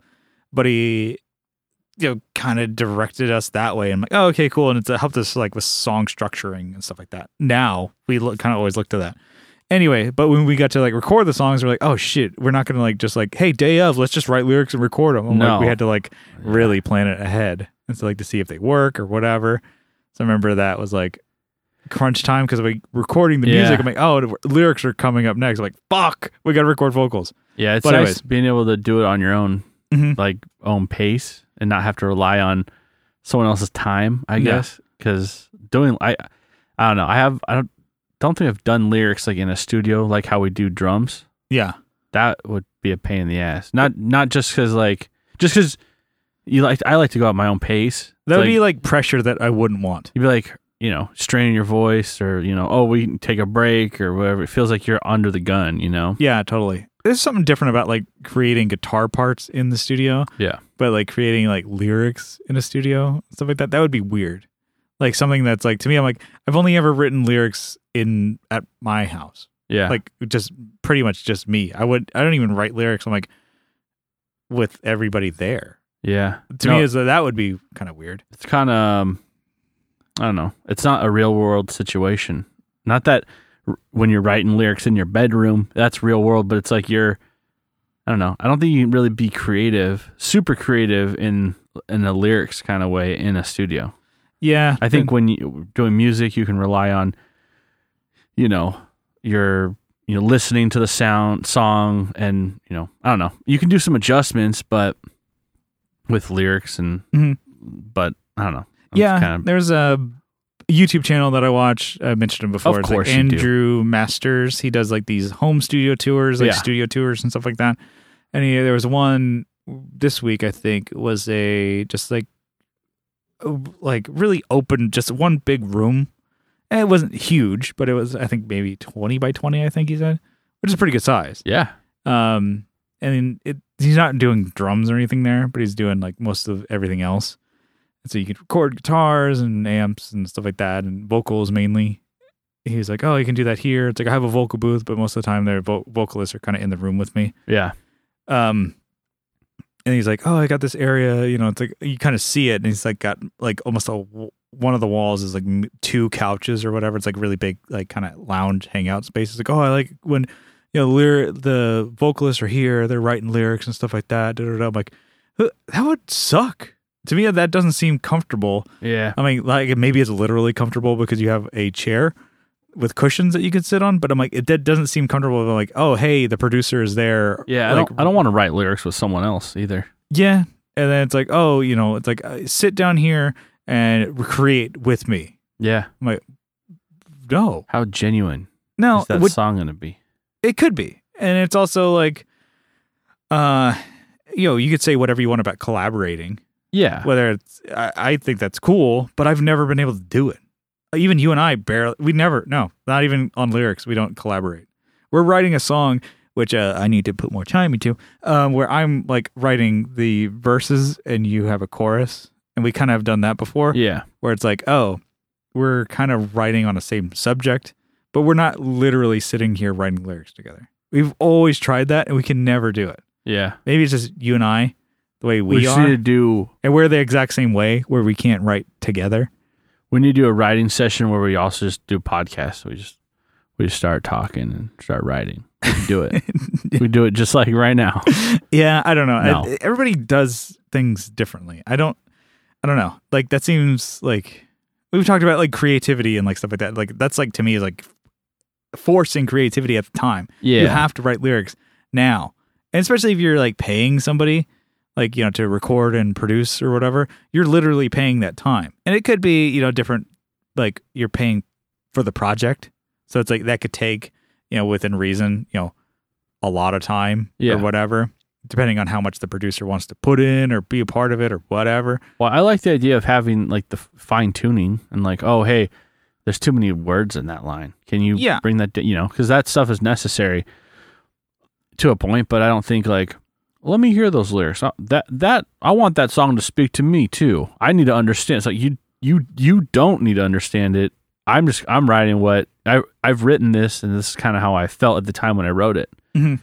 but he, you know, kind of directed us that way. I'm like, oh, okay, cool, and it's uh, helped us like with song structuring and stuff like that. Now we look, kind of always look to that. Anyway, but when we got to like record the songs, we're like, oh shit, we're not gonna like just like, hey, day of, let's just write lyrics and record them. I'm like, No. we had to like really plan it ahead and so like to see if they work or whatever. So I remember that was like crunch time because we recording the Yeah. music. I'm like, oh, lyrics are coming up next. I'm like, fuck, we gotta record vocals. Yeah, it's But nice anyways. being able to do it on your own, Mhm. like own pace, and not have to rely on someone else's time. I Yeah. guess because doing I, I don't know. I have I don't don't think I've done lyrics like in a studio like how we do drums. Yeah. That would be a pain in the ass. Not not just because like just because you like I like to go at my own pace. That would It's like, be like pressure that I wouldn't want. you'd be like you know straining your voice or you know oh we can take a break or whatever. It feels like you're under the gun. You know. Yeah, totally. There's something different about like creating guitar parts in the studio, Yeah. but like creating like lyrics in a studio, stuff like that. That would be weird. Like something that's like to me, I'm like, I've only ever written lyrics in at my house. Yeah. Like just pretty much just me. I would I don't even write lyrics. I'm like with everybody there. yeah. To No. me is that that would be kind of weird. it's kind of um, I don't know. It's not a real world situation. Not that r- when you're writing lyrics in your bedroom, that's real world, but it's like you're I don't know. I don't think you can really be creative, super creative in in a lyrics kind of way in a studio. Yeah. I think when you doing music, you can rely on you know, your you know, listening to the sound song and, you know, I don't know. You can do some adjustments, but with lyrics and Mhm. but I don't know. It's yeah, kind of- there's a YouTube channel that I watch. I mentioned him before. Of It's, like, course you do. Andrew Masters. He does like these home studio tours, like Yeah. studio tours and stuff like that. And he, there was one this week, I think, was a just like o- like really open, just one big room. And it wasn't huge, but it was I think maybe twenty by twenty. I think he said, which is a pretty good size. yeah. Um, and it, he's not doing drums or anything there, but he's doing like most of everything else. And so you can record guitars and amps and stuff like that, and vocals mainly. He's like, oh, you can do that here. It's like I have a vocal booth, but most of the time their vo- vocalists are kind of in the room with me. Yeah. Um, and he's like, oh, I got this area. You know, it's like you kind of see it, and he's like got like almost a w- one of the walls is like m- two couches or whatever. It's like really big, like kind of lounge hangout space. It's like, oh, I like when you know lyr- the vocalists are here, they're writing lyrics and stuff like that. Da, da, da. I'm like, "Huh, that would suck. To me, that doesn't seem comfortable. Yeah. I mean, like maybe it's literally comfortable because you have a chair with cushions that you could sit on, but I'm like, it that doesn't seem comfortable. I'm like, oh, hey, the producer is there. Yeah. I like, don't I don't want to write lyrics with someone else either. yeah. And then it's like, oh, you know, it's like, uh, sit down here and recreate with me. Yeah. No, How genuine no, is that would- song gonna be? it could be. And it's also like, uh, you know, you could say whatever you want about collaborating, Yeah. whether it's, I, I think that's cool, but I've never been able to do it. Even you and I barely, we never, no, not even on lyrics, we don't collaborate. We're writing a song, which uh, I need to put more time into, um, where I'm like writing the verses and you have a chorus. And we kind of have done that before. yeah. where it's like, oh, we're kind of writing on the same subject, but we're not literally sitting here writing lyrics together. We've always tried that and we can never do it. Yeah. Maybe it's just you and I, the way we, We, just are, need to do and we're the exact same way where we can't write together. we need to do a writing session where we also just do podcasts. We just we just start talking and start writing. We can do it. We do it just like right now. Yeah, I don't know. I- No. everybody does things differently. I don't I don't know. Like that seems like we've talked about like creativity and like stuff like that. Like that's like to me is like forcing creativity at the time. Yeah. You have to write lyrics now. And especially if you're like paying somebody like you know to record and produce or whatever, you're literally paying that time. And it could be, you know, different like you're paying for the project. So it's like that could take, you know, within reason, you know, a lot of time Yeah. or whatever, depending on how much the producer wants to put in or be a part of it or whatever. Well, I like the idea of having like the fine tuning and like, oh, hey, there's too many words in that line. Can you Yeah. bring that, d- you know, because that stuff is necessary to a point, but I don't think like, let me hear those lyrics. Uh, That that I want that song to speak to me too. I need to understand. It's like you you you don't need to understand it. I'm just I'm writing what I I've written this, and this is kind of how I felt at the time when I wrote it. Mhm.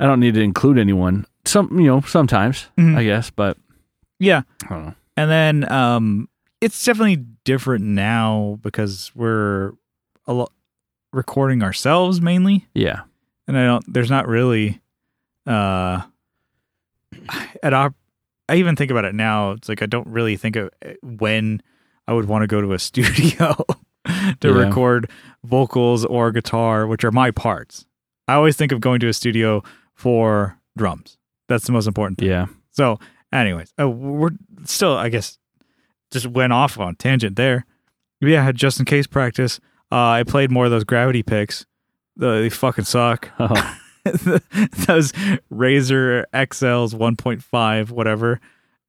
I don't need to include anyone. Some you know sometimes Mhm. I guess, but Yeah. I don't know. And then um it's definitely different now because we're a lot recording ourselves mainly. Yeah. and I don't. There's not really, uh, at op- I even think about it now. It's like I don't really think of eh, when I would want to go to a studio to Yeah. record vocals or guitar, which are my parts. I always think of going to a studio for drums. That's the most important thing. Yeah. So, anyways, uh, we're still, I guess, just went off on tangent there. Yeah, I had just in case practice. Uh, I played more of those gravity picks. Uh, they fucking suck. Oh, those Razer XLs 1.5, whatever.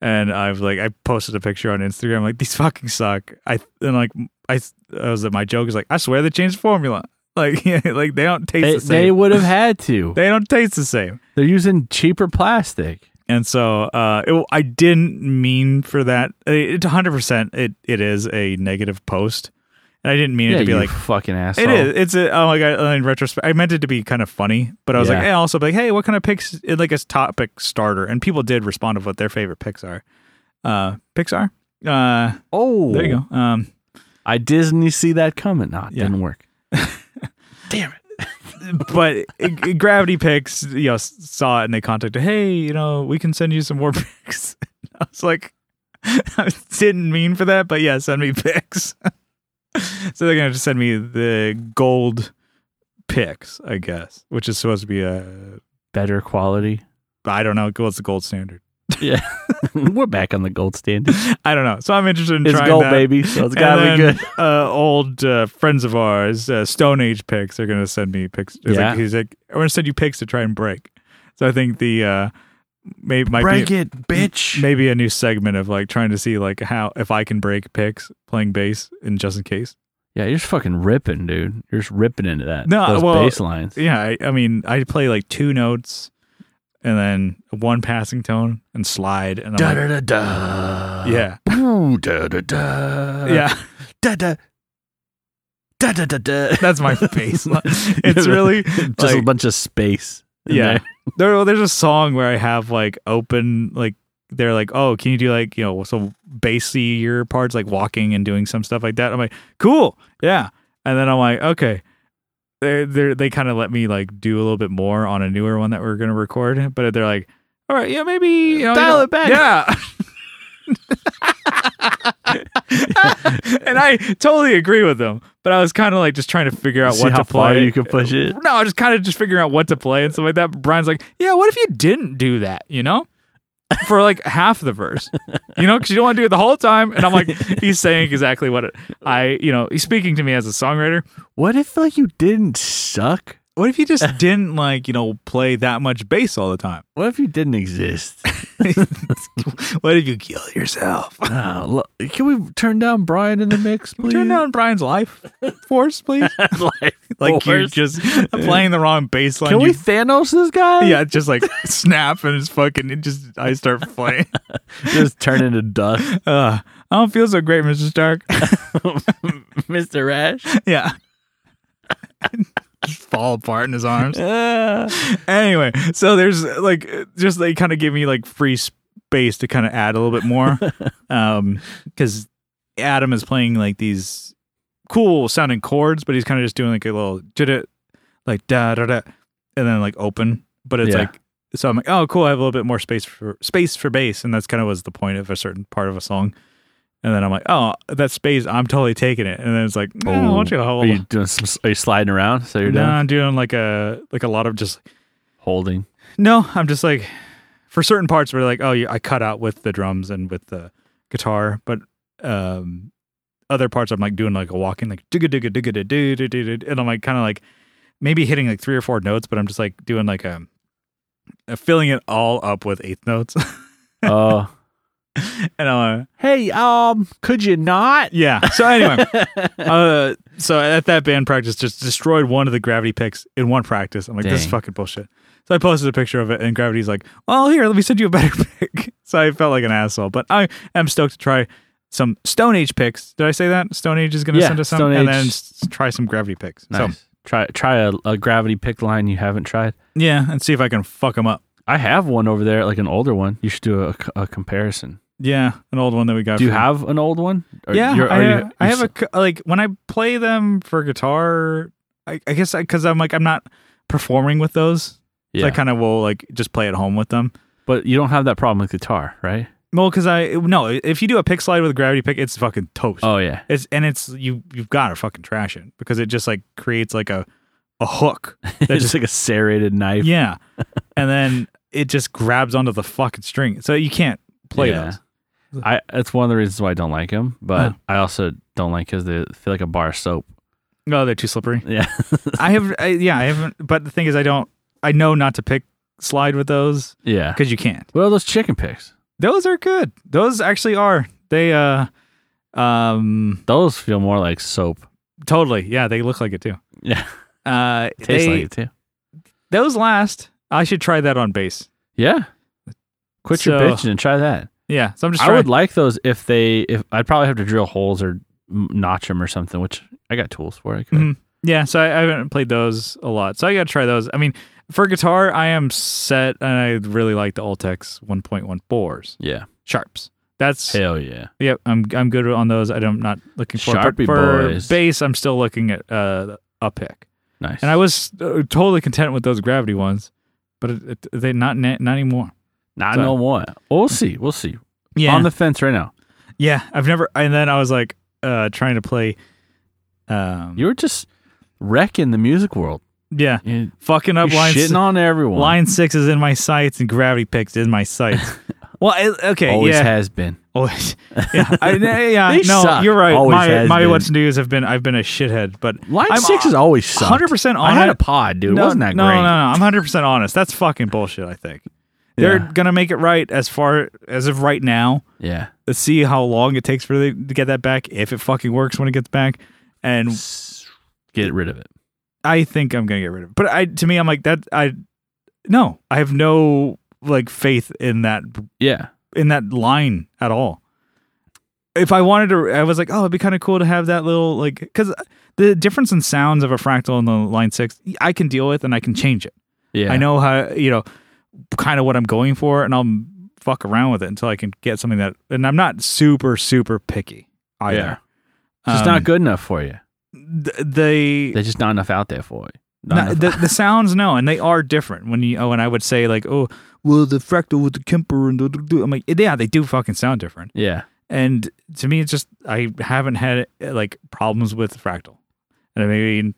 And I've like, I posted a picture on Instagram. like, these fucking suck. I and like, I, I was my joke is like, I swear they changed the formula. Like, like they don't taste they, the same. would have had to. they don't taste the same. They're using cheaper plastic. And so uh, it, I didn't mean for that. It, it 100% it, it is a negative post. And I didn't mean it to be you like, fucking asshole. it is. It's a, oh my God. In retrospect, I meant it to be kind of funny, but I was like, Yeah. and also like, hey, what kind of picks, it, like a topic starter? And people did respond to what their favorite picks are. Uh, Pixar? Uh, Oh, there you go. Um, I Disney see that coming. No, it Yeah. didn't work. but it- it- Gravity Picks, you know, s- saw it and they contacted, hey, you know, we can send you some more pics. I was like, I didn't mean for that, but yeah, send me pics. so they're gonna have to send me the gold pics, I guess, which is supposed to be a Better quality. I don't know what's the gold standard. Yeah, we're back on the gold standard. I don't know. So I'm interested in It's trying gold, that. baby. So it's And gotta be then, good. uh, old uh, friends of ours, uh, Stone Age pics, are going to send me pics. It's Yeah. Like, he's like, I'm going to send you pics to try and break. So I think the uh, may, might Break be it, bitch. maybe a new segment of like trying to see like how if I can break pics playing bass in just in case. Yeah, you're just fucking ripping, dude. You're just ripping into that. No, those well- bass lines. Yeah, I, I mean, I play like two notes and then one passing tone and slide, and Da I'm like, da da da. yeah, Ooh, da da da. yeah. Da da. Da da da da. That's my bass line. It's really just a like- bunch of space. in Yeah. there. there, well, there's a song where I have like open like they're like, oh, can you do like you know some bassier parts like walking and doing some stuff like that? I'm like, cool, yeah. And then I'm like, okay. They they they kind of let me like do a little bit more on a newer one that we're gonna record, but they're like, all right, yeah, maybe you know, Dial you know, it back. yeah. and I totally agree with them, but I was kind of like just trying to figure out See what how to far play. you can push it. No, I was just kind of just figuring out what to play and stuff like that. But Brian's like, yeah, what if you didn't do that, you know? For like half the verse, you know, because you don't want to do it the whole time. And I'm like, he's saying exactly what it, I, you know, he's speaking to me as a songwriter. What if like you didn't suck? What if you just didn't like, you know, play that much bass all the time? What if you didn't exist? what if you kill yourself? Oh, look, can we turn down Brian in the mix, please? Turn down Brian's life force, please. like, like you're force. just playing the wrong bass line. Can we You- Thanos this guy? yeah, just like snap and it's fucking, it just, I start playing. just turn into dust, Uh, I don't feel so great, Mr. Stark. Mister Rash. Yeah. Just fall apart in his arms. Uh, Anyway, so there's like just they kind of give me like free space to kind of add a little bit more. um cuz Adam is playing like these cool sounding chords, but he's kind of just doing like a little did it like da da da and then like open. But it's Yeah. like so I'm like, oh cool, I have a little bit more space for space for bass, and that's kind of was the point of a certain part of a song. And then I'm like, oh, that space, I'm totally taking it. And then it's like, no, I want you to Oh, Are hold. you doing some? Are you sliding around? So you're no, done I'm doing like a like a lot of just holding. no. I'm just like for certain parts where like oh, you, I cut out with the drums and with the guitar, but um, other parts I'm like doing like a walking like digga digga digga da do do do do, and I'm like kind of like maybe hitting like three or four notes, but I'm just like doing like a, a filling it all up with eighth notes, Oh, and I'm uh, like, hey, um, could you not? yeah. So anyway, uh, so at that band practice, just destroyed one of the gravity picks in one practice. I'm like, this is Dang. fucking bullshit. So I posted a picture of it, and Gravity's like, "Well, here, let me send you a better pick." So I felt like an asshole, but I am stoked to try some Stone Age picks. Did I say that Stone Age is going to Yeah, send us some, Stone and Age. then s- try some Gravity picks? So Nice. Try try a, a gravity pick line you haven't tried. yeah, and see if I can fuck them up. I have one over there, like an older one. You should do a, a comparison. Yeah, an old one that we got. Do you from- have an old one? Or yeah, you're- I, are you- have- I you're have a s- c- like when I play them for guitar. I, I guess because I'm like I'm not performing with those. Yeah. So I kind of will like just play at home with them. but you don't have that problem with guitar, right? Well, because I no, if you do a pick slide with a gravity pick, it's fucking toast. Oh yeah, It's and it's you you've got to fucking trash it because it just like creates like a a hook. it's just like a serrated knife. yeah, and then it just grabs onto the fucking string, so you can't play Yeah. those. I that's one of the reasons why I don't like them. But Huh. I also don't like because they feel like a bar of soap. No, they're too slippery. Yeah, I have I, yeah, I haven't. But the thing is, I don't. I know not to pick slide with those yeah. because you can't. What are those chicken picks? Those are good. Those actually are. They uh um Those feel more like soap. totally yeah. They look like it too. Yeah, Uh, tastes they- like it too. those last. I should try that on bass. Yeah. Quit So- your bitching and try that. Yeah, so I'm just I trying. would like those if they if I'd probably have to drill holes or m- notch them or something, which I got tools for. I could. Mhm. yeah, so I, I haven't played those a lot, so I got to try those. I mean, for guitar, I am set, and I really like the Ultex 1.14s Yeah. sharps. That's Hell yeah. yep. I'm I'm good on those. I don't, not looking for. but Sharpie for boys. bass, I'm still looking at uh a pick, Nice. and I was uh, totally content with those gravity ones, but it, it, they not na- not anymore. not so- no more. We'll see. We'll see. Yeah, On the fence right now. yeah. I've never. And then I was like uh trying to play. Um, You were just wrecking the music world. yeah, You, fucking you're up line shitting on everyone. Line six is in my sights, and gravity picks in my sights. well, it- okay, Always yeah, has been. always, yeah, I, yeah. They no, suck. you're right. Always my has my been. what's news have been I've been a shithead, but Line I'm six a- is always sucked. 100% on I had it. a pod, dude. no, it wasn't that no, great. no, no. I'm 100 percent honest. That's fucking bullshit. I think they're Yeah. gonna make it right as far as of right now. Yeah. Let's see how long it takes for them to get that back. If it fucking works when it gets back, and Get rid of it. I think I'm gonna get rid of it. But I, to me, I'm like that. I no, I have no like faith in that Yeah. in that line at all. If I wanted to, I was like, oh, it'd be kind of cool to have that little like because the difference in sounds of a fractal and the line six, I can deal with and I can change it. Yeah. I know how you know kind of what I'm going for, and I'll fuck around with it until I can get something that. And I'm not super super picky either. Yeah. It's just Um, not good enough for you. th- they There's just not enough out there for you. Not No, enough the, the sounds no, and they are different. When you oh, and I would say like oh, well the fractal with the Kemper and the, I'm like eh, yeah, they do fucking sound different. Yeah. And to me, it's just I haven't had uh, like problems with fractal, and I mean,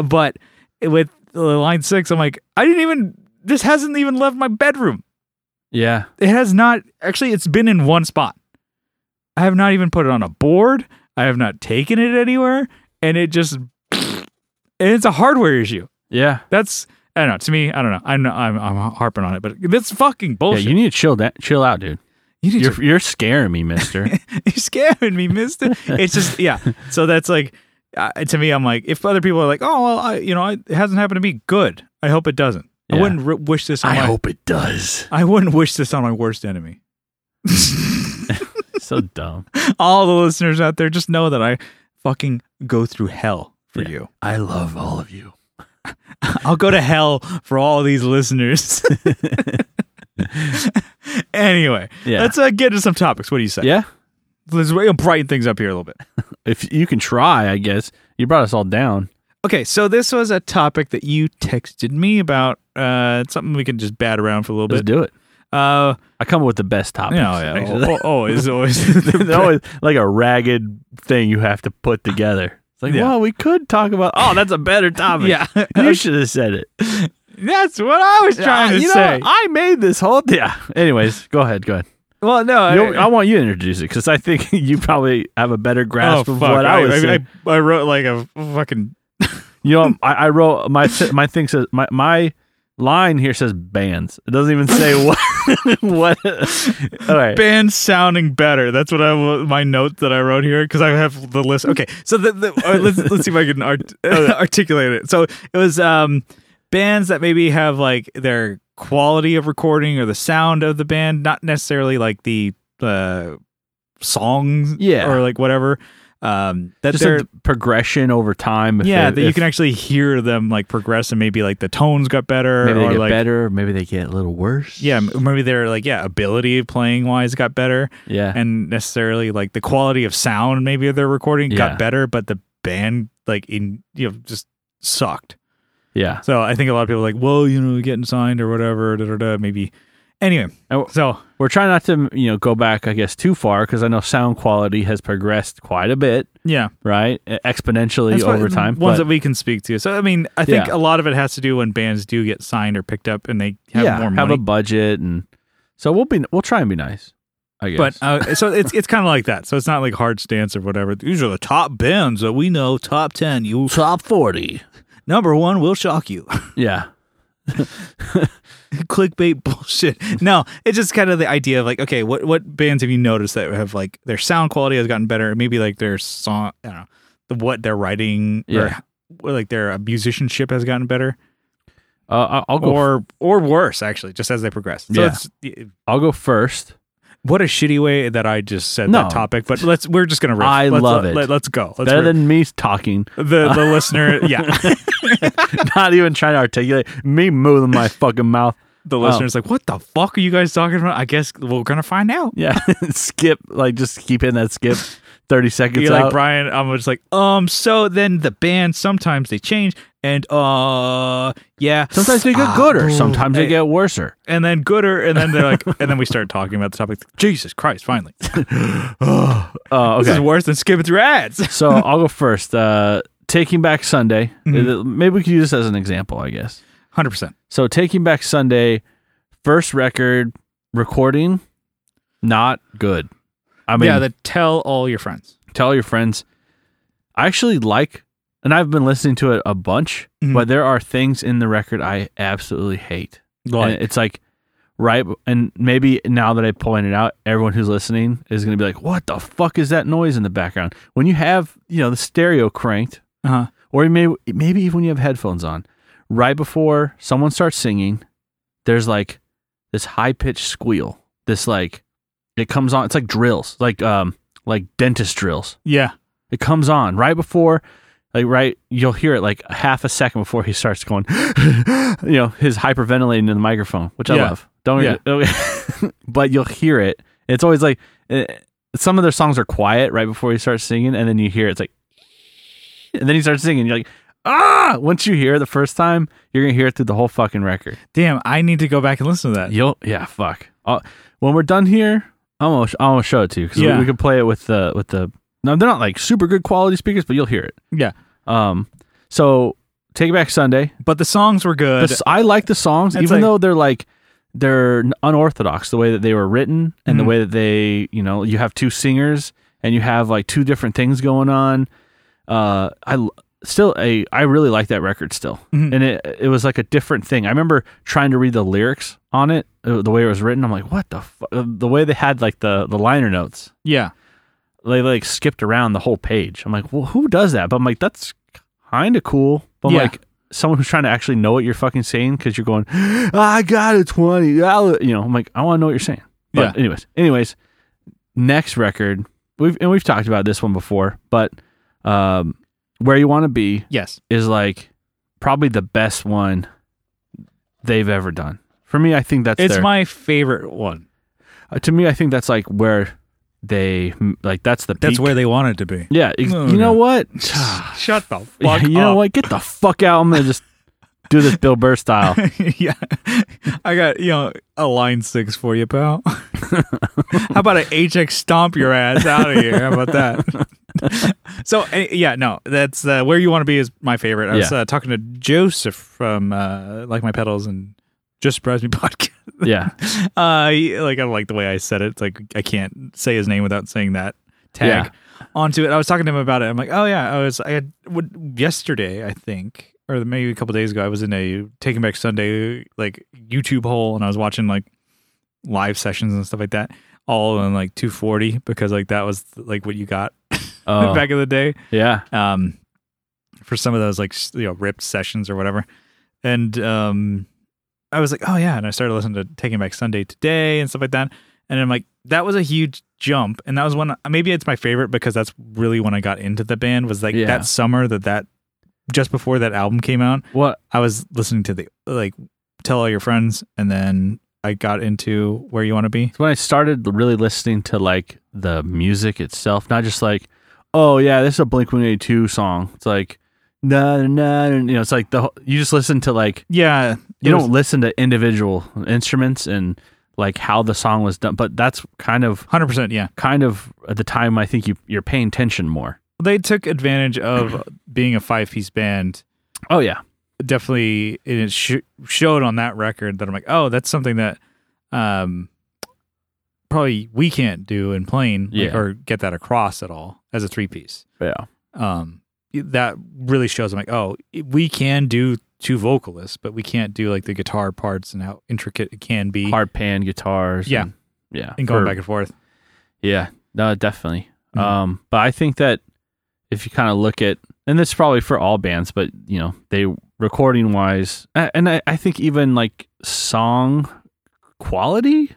but with the line six, I'm like I didn't even. This hasn't even left my bedroom. Yeah. It has not actually. It's been in one spot. I have not even put it on a board. I have not taken it anywhere, and it just. And it's a hardware issue. Yeah. That's I don't know. To me, I don't know. I'm I'm, I'm harping on it, but that's fucking Yeah, bullshit. you need to chill that chill out, dude. You need to You're you're scaring me, mister. You're scaring me, mister. It's just, yeah. So that's like, uh, to me, I'm like, if other people are like, oh, well, I, you know, I, it hasn't happened to me, good. I hope it doesn't. I Yeah. wouldn't r- wish this on my, it does. I wouldn't wish this on my worst enemy. so dumb. All the listeners out there, just know that I fucking go through hell for Yeah. you. I love all of you. I'll go to hell for all these listeners. anyway, Yeah. let's uh, get into some topics. What do you say? yeah. Let's we'll brighten things up here a little bit. If you can try, I guess. You brought us all down. Okay, so this was a topic that you texted me about. Uh, it's something we could just bat around for a little Let's bit. do it. Uh, I come up with the best topics. Oh, yeah, yeah, actually. al- al- always, always. There's always like a ragged thing you have to put together. It's like, Yeah. well, we could talk about. Oh, that's a better topic. yeah, you should have said it. that's what I was trying to you know, say. I made this whole. Yeah. Anyways, go ahead. Go ahead. well, no, I, You- I want you to introduce it because I think you probably have a better oh, grasp fuck, of what I, was saying. I, I, I wrote like a fucking. You know, I, I wrote my th- my thing says my my line here says bands. It doesn't even say what what. All right, band sounding better. That's what I wa- my note that I wrote here because I have the list. Okay, so the, the all right, let's let's see if I can art, uh, articulate it. So it was um bands that maybe have like their quality of recording or the sound of the band, not necessarily like the uh, songs, Yeah. or like whatever. Um, that just they're like the progression over time. if yeah, it- that you if can actually hear them like progress and maybe like the tones got better maybe they or get like better, maybe they get a little worse. yeah, m- maybe their like yeah ability playing wise got better yeah. and necessarily like the quality of sound maybe of their recording Yeah. got better, but the band like in you know just sucked. Yeah. So I think a lot of people are like, well, you know, getting signed or whatever, da da da. Maybe anyway. Oh. So We're trying not to, you know, go back, I guess, too far because I know sound quality has progressed quite a bit, yeah, right? e, Exponentially That's what- over time. ones but that we can speak to. So I mean, I think Yeah. a lot of it has to do when bands do get signed or picked up and they have yeah, more have money. a budget, and so we'll be we'll try and be nice. I guess. but uh, so it's it's kind of like that. So it's not like hard stance or whatever. These are the top bands that we know, top ten. You top forty. number one will shock you. Yeah. clickbait bullshit. No, it's just kind of the idea of like, okay, what what bands have you noticed that have like their sound quality has gotten better? Maybe like their song, I don't know, the, what they're writing Yeah. or, or like their uh, musicianship has gotten better, Uh, I- I'll go. or or worse actually, just as they progress. So Yeah. it's, I'll go first. what a shitty way that I just said No. that topic. But let's we're just gonna riff. I let's, love it. Let, us go. Let's better riff. than me talking. the the listener, yeah, Not even trying to articulate. Me moving my fucking mouth. the listener's like, what the fuck are you guys talking about? I guess we're gonna find out. Yeah. skip. Like just keep in that skip. Thirty seconds You're like out. Brian. I'm just like, um. So then the band sometimes they change, and uh, yeah. sometimes they get Ah, gooder. boo. Sometimes they Hey, get worser. and then gooder, and then they're like, and then we start talking about the topic. Jesus Christ! Finally, Uh, this is okay. worse than skipping through ads. so I'll go first. Uh, Taking Back Sunday. Mm-hmm. Uh, Maybe we could use this as an example. I guess. Hundred percent. So Taking Back Sunday, first record recording, not good. I mean, Yeah, that tell all your friends. tell your friends. I actually like, and I've been listening to it a bunch, Mhm. but there are things in the record I absolutely hate. and it's like, right, and maybe now that I point it out, everyone who's listening is going to be like, "What the fuck is that noise in the background?" When you have, you know, the stereo cranked, uh-huh. or maybe maybe even when you have headphones on, right before someone starts singing, there's like this high pitched squeal. This like, it comes on. It's like drills, like um, like dentist drills. Yeah. It comes on right before, like right. You'll hear it like half a second before he starts going, you know, his hyperventilating in the microphone, which I Yeah. love. Don't, Yeah. don't- but you'll hear it. It's always like eh, some of their songs are quiet right before he starts singing, and then you hear it's like, and then he starts singing. You're like, ah! Once you hear it the first time, you're gonna hear it through the whole fucking record. Damn, I need to go back and listen to that. You'll yeah, fuck. i when we're done here, I'm gonna, sh- I'm gonna show it to you because Yeah. we, we can play it with the with the. No, they're not like super good quality speakers, but you'll hear it. Yeah. Um. So Take Back Sunday. But the songs were The good. s- I like the songs, It's even like- though they're like they're n- unorthodox the way that they were written and the Mhm. way that they you know you have two singers and you have like two different things going on. Uh, I l- still a I really like that record still, Mhm. and it it was like a different thing. I remember trying to read the lyrics on it, uh, the way it was written. I'm like, what the fu-? the way they had like the the liner notes yeah. they like skipped around the whole page. I'm like, well, who does that? But I'm like, that's kind of cool. But I'm Yeah. like, someone who's trying to actually know what you're fucking saying because you're going, "Ah, I got a 20. I'll-" You know, I'm like, I want to know what you're saying. But anyways, anyways, next record, we've, and we've talked about this one before, but um, Where You Want to Be Yes. is like probably the best one they've ever done. For me, I think that's It's their- my favorite one. uh, to me, I think that's like where they like that's the That's peak. where they want it to be. yeah ex- No, you no. know what Shut the fuck Yeah, up. you know what get the fuck out I'm gonna just do this Bill Burr style yeah. I got, you know, a line six for you, pal. How about an HX stomp your ass out of here? How about that? so, eh, yeah, no, that's uh, where you want to be is my favorite. I was Yeah. uh, talking to Joseph from uh, Like My Pedals and Just Surprise Me podcast. yeah Uh, he- like, I don't like the way I said it. It's like, I can't say his name without saying that tag onto it. I was talking to him about it. I'm like, oh, yeah, I was, I had, would, yesterday, I think, or maybe a couple days ago, I was in a Taking Back Sunday, like, YouTube hole and I was watching, like, live sessions and stuff like that, all in, like, 240 because, like, that was, like, what you got Oh, back in the day yeah um, for some of those like s- you know ripped sessions or whatever. And um, I was like, oh yeah, and I started listening to Taking Back Sunday today and stuff like that. And I'm like, that was a huge jump, and that was one. Maybe it's my favorite because that's really when I got into the band. Was like Yeah. that summer that that just before that album came out, what I was listening to the like tell all your friends, and then I got into where you want to be. It's when I started really listening to like the music itself, not just like, oh yeah, this is a Blink One Eighty Two song. It's like, no, no, you know, it's like the whole- you just listen to like Yeah, you it don't was- listen to individual instruments and like how the song was done, but that's kind of 100%. Yeah. kind of at the time I think you you're paying attention more. They took advantage of being a five piece band Oh yeah, definitely it sh- showed on that record that I'm like, oh, that's something that um probably we can't do in playing like, Yeah. or get that across at all as a three piece. yeah, Um that really shows I'm like, oh, we can do two vocalists, but we can't do like the guitar parts and how intricate it can be hard pan guitars. Yeah. and, yeah, and going For- back and forth. Yeah, no, definitely. Mhm. Um, but I think that if you kind of look at, and this is probably for all bands, but you know, they recording wise, a- and I, I think even like song quality,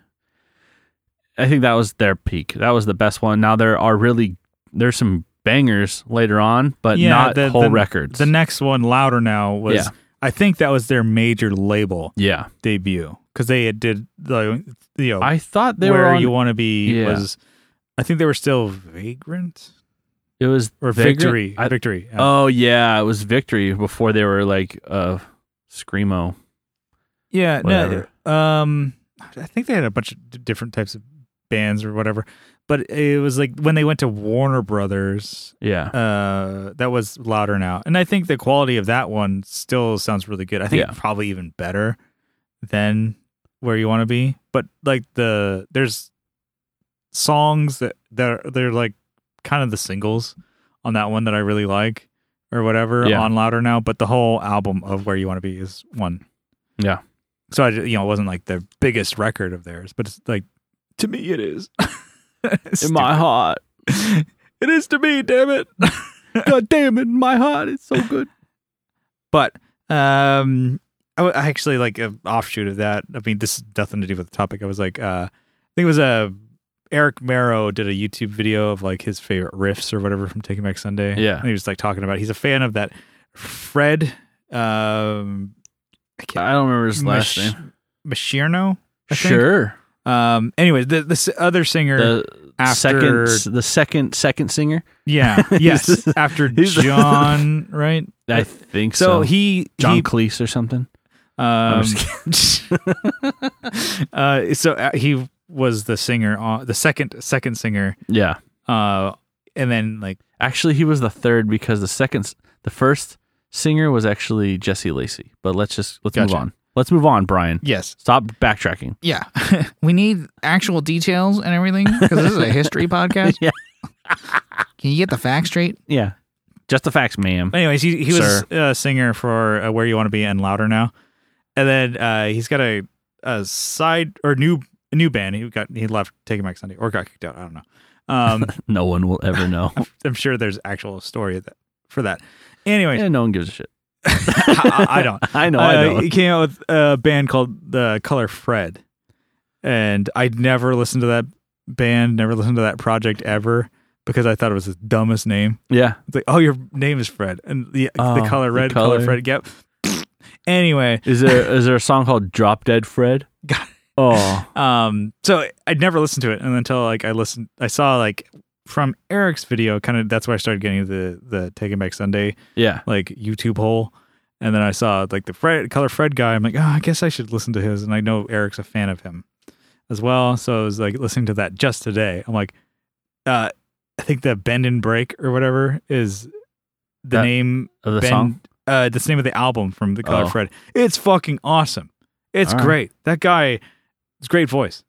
I think that was their peak. That was the best one. Now there are really there's some bangers later on, but Yeah, not the- whole the- records. The next one, Louder Now, was Yeah. I think that was their major label yeah, debut because they had did the you know I thought they where were on. you want to be Yeah. was I think they were still vagrant it was or Vagrant? victory. I- victory. Yeah. oh yeah, it was Victory before they were like uh, screamo. yeah, no. whatever. Um I think they had a bunch of d- different types of bands or whatever. But it was like when they went to Warner Brothers, Yeah, uh that was louder now. And I think the quality of that one still sounds really good. I think Yeah. probably even better than where you want to be. But like the there's songs that that are, they're like kind of the singles on that one that I really like or whatever Yeah. on louder now, but the whole album of where you want to be is one. Yeah. So I ju- you know, it wasn't like the biggest record of theirs, but it's like to me it is. in my heart. it is to me, damn it. God damn it, my heart is so good. But um, I, w- I actually like an offshoot of that. I mean, this is nothing to do with the topic. I was like, uh, I think it was uh, Eric Marrow did a YouTube video of like his favorite riffs or whatever from Taking Back Sunday. Yeah. and he was like talking about he's a fan of that Fred. Um, I I don't remember his last Mach- name. Machirno. I think. Sure. Um. Anyways, the this other singer The after second the second second singer? yeah yes after he's- John right. I think so. So, he John he Cleese or something. Um, I'm uh, so uh, he was the singer, on, the second second singer, Yeah. uh, and then like Actually he was the third because the second s- the first singer was actually Jesse Lacey. But let's just let's move Gotcha. on. Let's move on, Brian. yes, Stop backtracking. yeah, we need actual details and everything because this is a history podcast. Yeah. Can you get the facts straight? Yeah. Just the facts, ma'am. Anyways, he he was Sir. a singer for uh, Where You Want to Be and Louder Now, and then uh, he's got a a side or new new band. He got he left Taking Back Sunday or got kicked out. I don't know. Um, No one will ever know. I'm sure there's actual story that, for that. Anyways, yeah, no one gives a shit. I, I don't. I know, I Uh, know. he came out with a band called The Color Fred, and I never listened to that band, never listened to that project ever because I thought it was the dumbest name. Yeah. It's like, oh, your name is Fred, and the Oh, the color the red, color color. Fred. Yep. anyway, Is there is there a song called Drop Dead Fred? Oh, Um, so I'd never listened to it and until like I listened, I saw like from Eric's video, kind of that's where I started getting the the Taking Back Sunday yeah. like YouTube hole, and then I saw like the Fred Color Fred guy. I'm like, oh, I guess I should listen to his, and I know Eric's a fan of him as well. So I was like listening to that just today. I'm like, uh, I think the Bend and Break or whatever is the That- name Of the Ben- song. Uh, that's the name of the album from The Color Oh. Fred. It's fucking awesome. It's All right. great. That guy, it's great voice,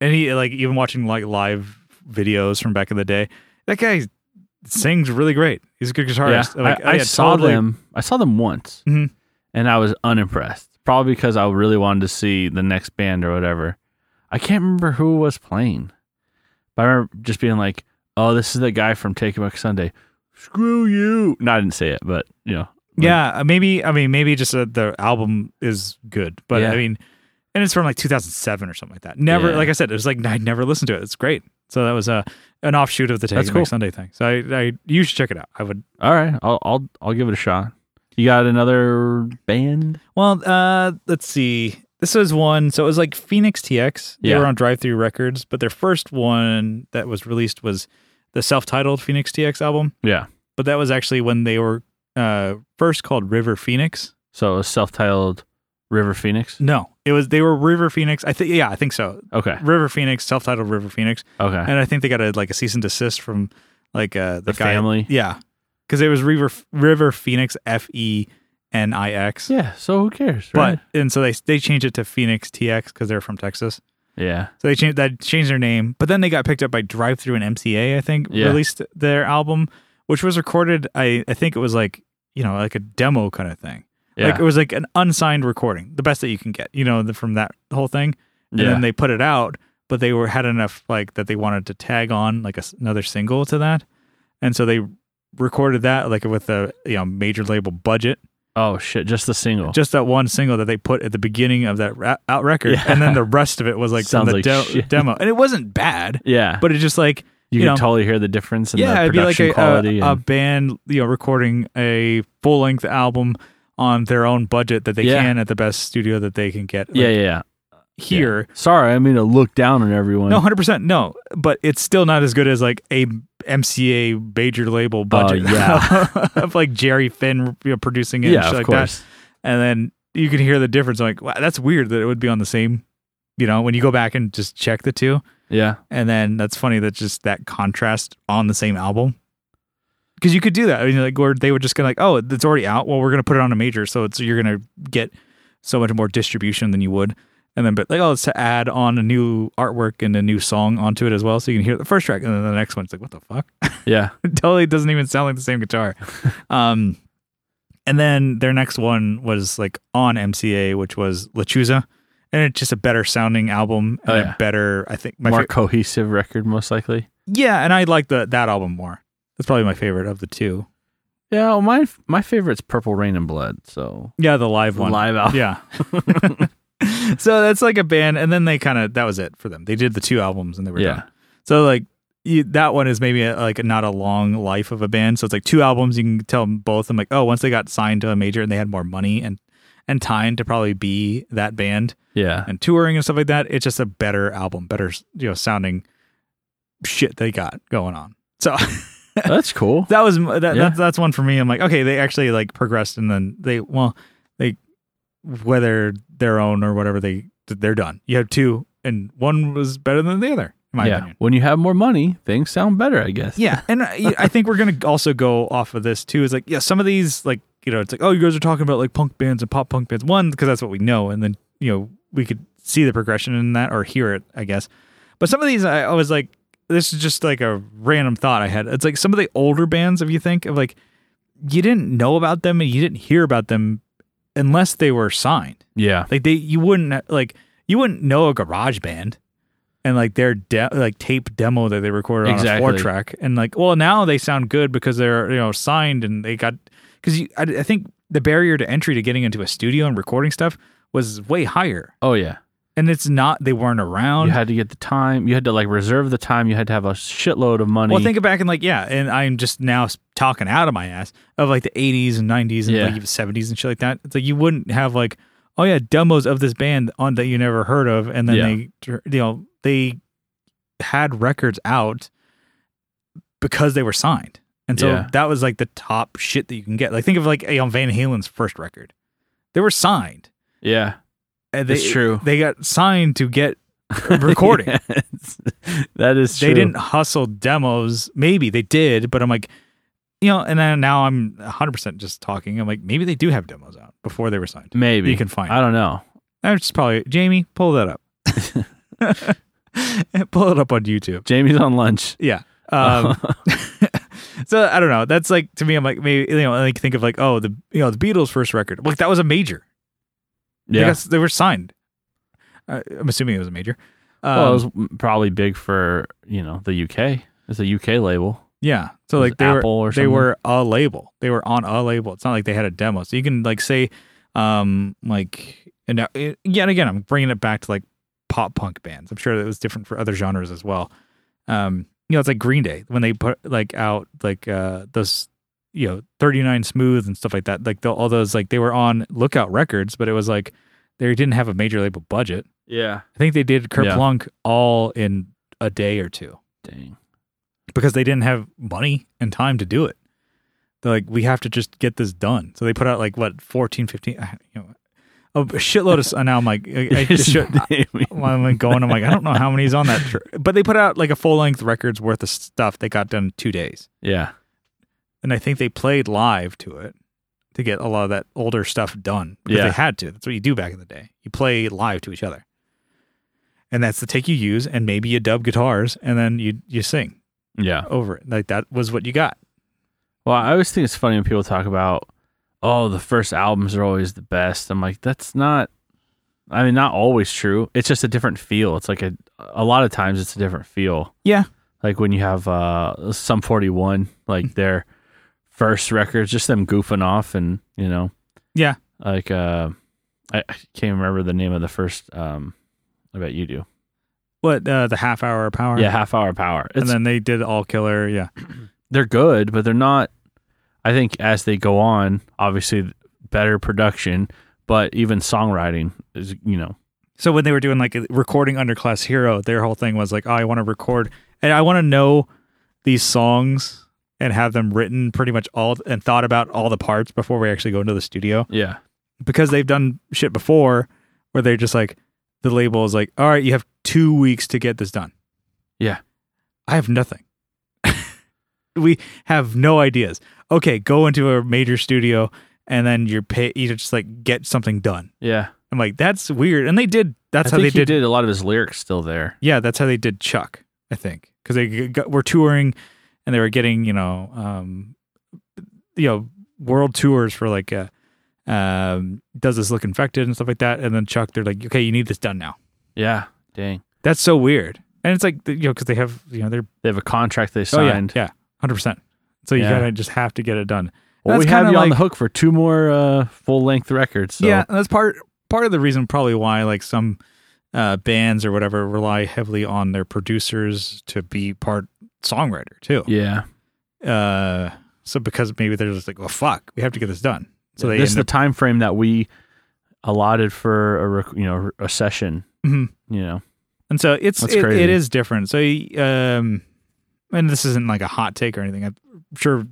and he like even watching like live videos from back in the day. That guy sings really great. He's a good guitarist. Yeah, Like, I, I yeah, saw totally- them. I saw them once, Mhm. and I was unimpressed. Probably because I really wanted to see the next band or whatever. I can't remember who was playing, but I remember just being like, "Oh, this is the guy from Taking Back Sunday." Screw you! No, I didn't say it, but you know, Yeah, uh, maybe. I mean, maybe just uh, the album is good, but Yeah. I mean, and it's from like 2007 or something like that. Never, Yeah. like I said, it was like I'd never listened to it. It's great. So that was uh, an offshoot of the Taking That's Back cool. Sunday thing. So I, I, you should check it out. I would. all right, I'll I'll I'll give it a shot. You got another band? Well, uh, let's see. This was one. So it was like Phoenix TX. They Yeah. were on Drive Through Records, but their first one that was released was the self-titled Phoenix TX album. Yeah. But that was actually when they were uh, first called River Phoenix. So it was self-titled River Phoenix. No, it was they were River Phoenix. I think. Yeah, I think so. Okay. River Phoenix, self-titled River Phoenix, Okay. and I think they got a like a cease and desist from like uh, the, Ah. The guy- family? Yeah, because it was River River Phoenix F E N I X. Yeah. So who cares? Right? But and so they they changed it to Phoenix TX because they're from Texas. yeah. So they changed that changed their name, but then they got picked up by Drive Through and MCA. I think Yeah. released their album, which was recorded. I I think it was like you know like a demo kind of thing. Yeah. Like it was like an unsigned recording, the best that you can get. You know the, from that whole thing and yeah. then they put it out but they were had enough like that they wanted to tag on like a s another single to that and so they recorded that like with a you know major label budget oh shit! Just the single. just that one single that they put at the beginning of that ra- out record Yeah. and then the rest of it was like from Sounds the like de- shit. demo and it wasn't bad yeah. but it just like you, you can know, totally hear the difference in yeah the it'd be like production a, quality. a, a and, band you know recording a full length album on their own budget that they Yeah. can at the best studio that they can get like, yeah, yeah, yeah. here Sorry, I mean to look down on everyone. No, hundred percent, no. But it's still not as good as like a MCA major label budget. Oh, yeah. of like Jerry Finn you know, producing it, and yeah, shit of like course. that. And then you can hear the difference. Like, wow, that's weird that it would be on the same. You know, when you go back and just check the two, Yeah, and then that's funny that just that contrast on the same album. Because you could do that. I mean, like, or they were just gonna like, oh, it's already out. Well, we're gonna put it on a major, so it's you're gonna get so much more distribution than you would. And then, but like, oh, it's to add on a new artwork and a new song onto it as well, so you can hear the first track and then the next one. It's like, what the fuck? yeah, it totally doesn't even sound like the same guitar. um, and then their next one was like on MCA, which was Lachuza, and it's just a better sounding album and Oh, a yeah. better, I think, my more fa- cohesive record, most likely. yeah, and I like the that album more. That's probably my favorite of the two. Yeah, well, my my favorite's Purple Rain and Blood. So Yeah, the live one. live album. Yeah. so that's like a band, and then they kind of that was it for them. They did the two albums, and they were Yeah. done. So like you, that one is maybe a, like not a long life of a band. So it's like two albums. You can tell them both. I'm like, oh, once they got signed to a major and they had more money and and time to probably be that band yeah, and touring and stuff like that. It's just a better album, better you know sounding shit they got going on. So. that's cool. that was that, Yeah. that that's one for me. I'm like, okay, they actually like progressed, and then they well, they whether their own or whatever they they're done. You have two, and one was better than the other, in my yeah, opinion. when you have more money, things sound better, I guess. Yeah, and I, I think we're gonna also go off of this too. Is like, yeah, some of these like you know, it's like, oh, you guys are talking about like punk bands and pop punk bands. One because that's what we know, and then you know we could see the progression in that or hear it, I guess. But some of these, I, I was like, this is just like a random thought I had. It's like some of the older bands, if you think of like, you didn't know about them and you didn't hear about them unless they were signed. yeah, Like they, you wouldn't like you wouldn't know a garage band, and like their de- like tape demo that they recorded Exactly. on a four track, and like well now they sound good because they're you know signed and they got because I, I think the barrier to entry to getting into a studio and recording stuff was way higher, Oh yeah, and it's not they weren't around. you had to get the time. You had to like reserve the time. You had to have a shitload of money. well, think back and like yeah, and I'm just now s- talking out of my ass of like the 80s and 90s and Yeah. like even 70s and shit like that. It's like you wouldn't have like oh yeah, demos of this band on that you never heard of, and then Yeah. they tr- you know they had records out because they were signed, and so Yeah. that was like the top shit that you can get. Like think of like you know, Van Halen's first record, they were signed. Yeah. And they, It's true. They got signed to get recording. Yes. that is true. they didn't hustle demos. Maybe they did, but I'm like, you know, and then now I'm 100% just talking. I'm like, maybe they do have demos out before they were signed. Maybe You can find I don't know. That's just probably Jamie. Pull that up. pull it up on YouTube. Jamie's on lunch. Yeah. Um, so I don't know. That's like to me. I'm like maybe you know. Like think of like oh the you know the Beatles' first record. Like that was a major. They yeah. got- they were signed. Uh, I'm assuming it was a major. Um, well, it was probably big for you know the UK. It's a UK label. yeah. So It was like they were Apple or they something. were a label. They were on a label. It's not like they had a demo. So you can like say, um, like and now, it- yet again, I'm bringing it back to like pop punk bands. I'm sure that it was different for other genres as well. Um, you know, it's like Green Day when they put like out like uh those, you know, 39 Smooth and stuff like that. Like the, all those like they were on Lookout Records, but it was like they didn't have a major label budget. Yeah. I think they did Kurt Yeah. Blanc all in a day or two Dang. because they didn't have money and time to do it. They're like, we have to just get this done. So they put out like what 14, 15, I- you know, a shitload of. And now I'm like, I, I just should. While I'm like going, I'm like, I don't know how many's on that. Tr-. But they put out like a full length records worth of stuff. They got done in two days, yeah. and I think they played live to it to get a lot of that older stuff done because Yeah. they had to. That's what you do back in the day. You play live to each other, and that's the take you use, and maybe you dub guitars, and then you you sing Yeah. over it. Like that was what you got. Well, I always think it's funny when people talk about, oh, the first albums are always the best. I'm like, that's not. I mean, not always true. It's just a different feel. It's like a a lot of times it's a different feel. Yeah. Like when you have uh some 41, like their first records, just them goofing off and, you know, Yeah. like uh I I can't remember the name of the first um I bet you do. What uh, the half hour power? Yeah, half hour power. It's and then they did all killer. Yeah, they're good, but they're not. I think as they go on, obviously better production, but even songwriting is you know So when they were doing like a recording Underclass Hero, their whole thing was like, oh, I want to record and I want to know these songs and have them written pretty much all and thought about all the parts before we actually go into the studio yeah because they've done shit before where they're just like the label is like, all right, you have two weeks to get this done. Yeah. I have nothing. we have no ideas. Okay, go into a major studio and then you're pay you just like get something done. yeah. I'm like, that's weird. And they did. That's how I think they he did. did a lot of his lyrics still there. Yeah, that's how they did Chuck. I think because they g- got, were touring and they were getting you know um, you know world tours for like uh um, does this look infected and stuff like that. And then Chuck, they're like, okay, you need this done now. Yeah, dang. That's so weird. And it's like you know because they have you know they're They have a contract they oh, yeah, signed. yeah hundred percent. So you Yeah. gotta just have to get it done. Well, we That's have kinda you on the like- hook for two more uh, full length records. So. Yeah, and that's part part of the reason probably why like some uh, bands or whatever rely heavily on their producers to be part songwriter too. yeah. Uh, so because maybe they're just like, well, fuck, we have to get this done. So they this is end the time frame that we allotted for a rec- you know a session. Mhm. You know, And so it's That's it, crazy. it is different. So um, and this isn't like a hot take or anything. I'm sure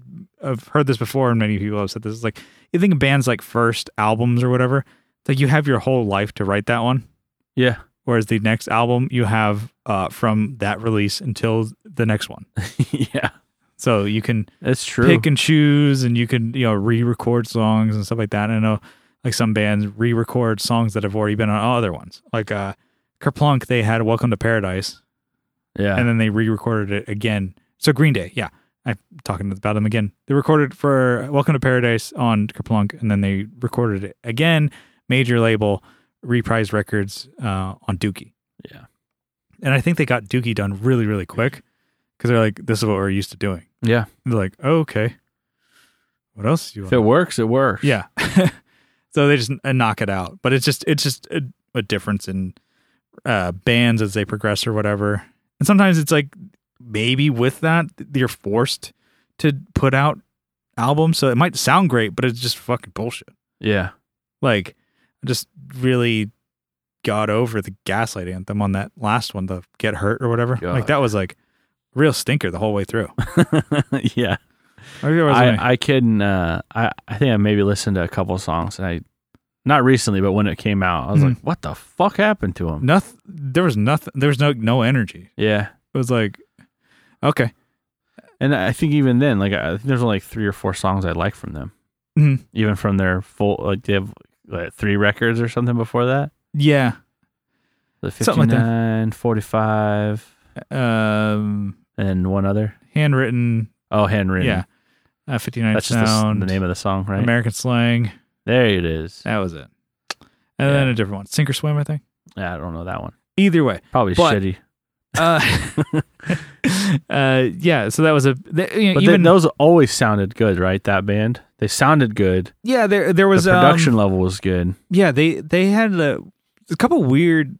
I've heard this before, and many people have said this. It's like you think of bands like first albums or whatever. It's like you have your whole life to write that one, yeah, whereas the next album you have uh, from that release until the next one. yeah, So you can it's true. pick and choose, and you can you know re-record songs and stuff like that. And I know like some bands re-record songs that have already been on other ones, like uh, Kerplunk. They had "Welcome to Paradise." yeah, and then they re-recorded it again. So Green Day, yeah, I'm talking about them again. They recorded for Welcome to Paradise on Kerplunk, and then they recorded it again, major label, Reprise Records uh, on Dookie. Yeah. and I think they got Dookie done really, really quick because they're like, "This is what we're used to doing." yeah. And they're like, oh, "Okay, what else do you If want?" it works, it works. Yeah. so they just uh, knock it out, but it's just it's just a, a difference in uh, bands as they progress or whatever. And sometimes it's like maybe with that you're forced to put out albums, so it might sound great, but it's just fucking bullshit. yeah. Like just really got over the gaslight anthem on that last one, the get hurt or whatever. Like God. that was like real stinker the whole way through. yeah. Maybe there was only- I, I couldn't uh I, I think I maybe listened to a couple songs and I not recently, but when it came out, I was Mhm. like, What the fuck happened to him? nothing. There was nothing. There was no no energy. Yeah. It was like, okay, And I think even then, like I think there's only like three or four songs I like from them. Mhm. Even from their full like they have like, three records or something before that. yeah. The Something like that. 59, 45, Um, and one other. handwritten. Oh, handwritten. Yeah, uh, fifty nine That's just the s- sound. the, name of the song, right? American slang. there it is. That was it. And then Yeah. a different one, sink or swim. I think. Yeah, I don't know that one. Either way, Probably But- shitty. uh, uh, yeah. So that was a th- you know, But even then those always sounded good, right? That band. They sounded good. yeah. There there was the production um, level was good. yeah. They they had a, a couple weird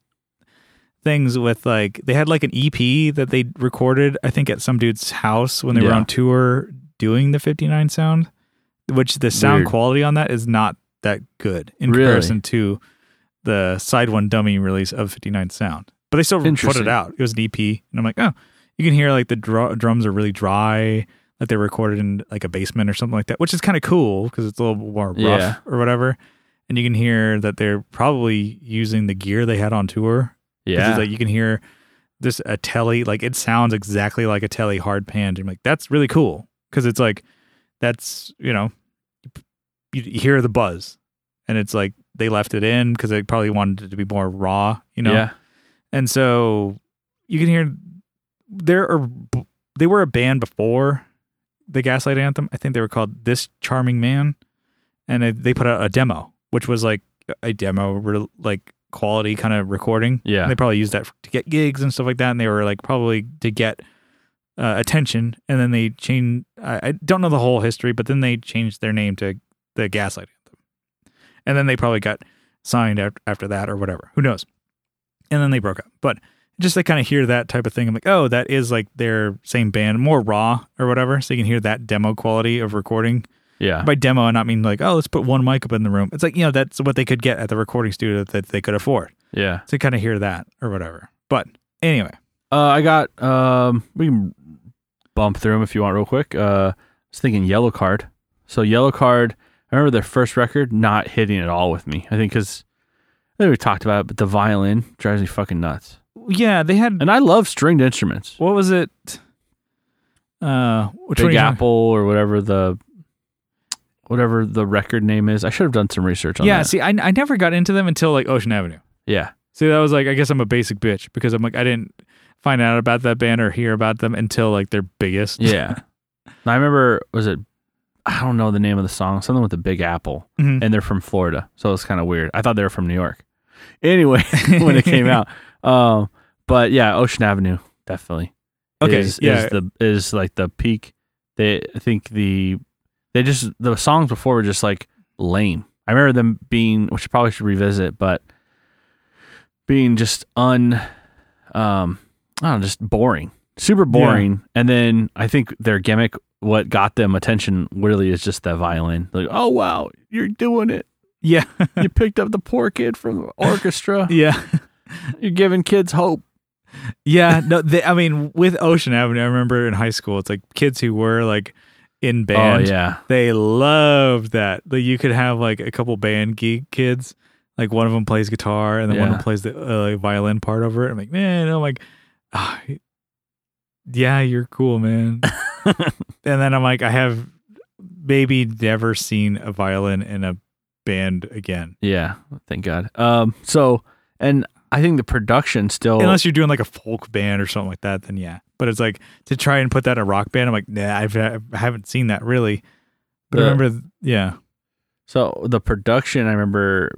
things with like they had like an EP that they recorded I think at some dude's house when they were Yeah. on tour doing the 59 sound, which the sound Weird. quality on that is not that good in Really? comparison to the side one dummy release of 59 sound. But they still put it Interesting. out. It was an EP, and I'm like, oh, you can hear like the dr- drums are really dry, like they recorded in like a basement or something like that, which is kind of cool because it's a little more rough Yeah. or whatever. And you can hear that they're probably using the gear they had on tour. 'Cause it's Yeah. like you can hear this a telly, like it sounds exactly like a telly hard pan. I'm like, that's really cool because it's like that's you know you, you hear the buzz, and it's like they left it in because they probably wanted it to be more raw, you know. yeah. And so you can hear there are they were a band before the Gaslight Anthem. I think they were called This Charming Man, and they- they put out a demo, which was like a demo re- like quality kind of recording. Yeah. They probably used that to get gigs and stuff like that, and they were like probably to get uh, attention. And then they changed. I, I don't know the whole history, but then they changed their name to the Gaslight Anthem, and then they probably got signed after, after that or whatever. Who knows? And then they broke up, but just to kind of hear that type of thing. I'm like, oh, that is like their same band, more raw or whatever. So you can hear that demo quality of recording. Yeah. By demo, I not mean like, oh, let's put one mic up in the room. It's like, you know, that's what they could get at the recording studio that they could afford. yeah. So you kind of hear that or whatever. But anyway, Uh, I got. Um, we can bump through them if you want, real quick. Uh, I was thinking Yellow Card. So Yellow Card. I remember their first record not hitting at all with me. I think because I think we talked about it, but the violin drives me fucking nuts. yeah, they had, And I love stringed instruments. what was it? Uh, which one are Big you talking- Apple or whatever the whatever the record name is. I should have done some research on Yeah, that. see, I, I never got into them until like Ocean Avenue. Yeah. So that was like, I guess I'm a basic bitch because I'm like, I didn't find out about that band or hear about them until like their biggest. Yeah. And I remember was it I don't know the name of the song, something with the Big Apple. Mhm. And they're from Florida. So it's kind of weird. I thought they were from New York. Anyway, when it came out. Um but yeah, Ocean Avenue definitely. Okay, Is, yeah. is the is like the peak. They I think the they just the songs before were just like lame. I remember them being which I probably should revisit, but being just un um I don't know, just boring. Super boring. And then I think their gimmick, what got them attention really is just that violin. Like, oh wow, you're doing it. Yeah. You picked up the poor kid from the orchestra. yeah. You're giving kids hope. Yeah. No, they, I mean, with Ocean Avenue, I remember in high school, it's like kids who were like in band. Oh yeah. They loved that. Like you could have like a couple band geek kids. Like one of them plays guitar and then one of Yeah. them plays the uh, like, violin part over it. I'm like, man, I'm like, ah, yeah, you're cool, man. and then I'm like, I have maybe never seen a violin in a band again. Yeah. Thank God. Um so and I think the production still Unless you're doing like a folk band or something like that, then yeah. But it's like to try and put that in a rock band. I'm like, nah, I've, I haven't seen that really. But I The- remember, yeah, So the production, I remember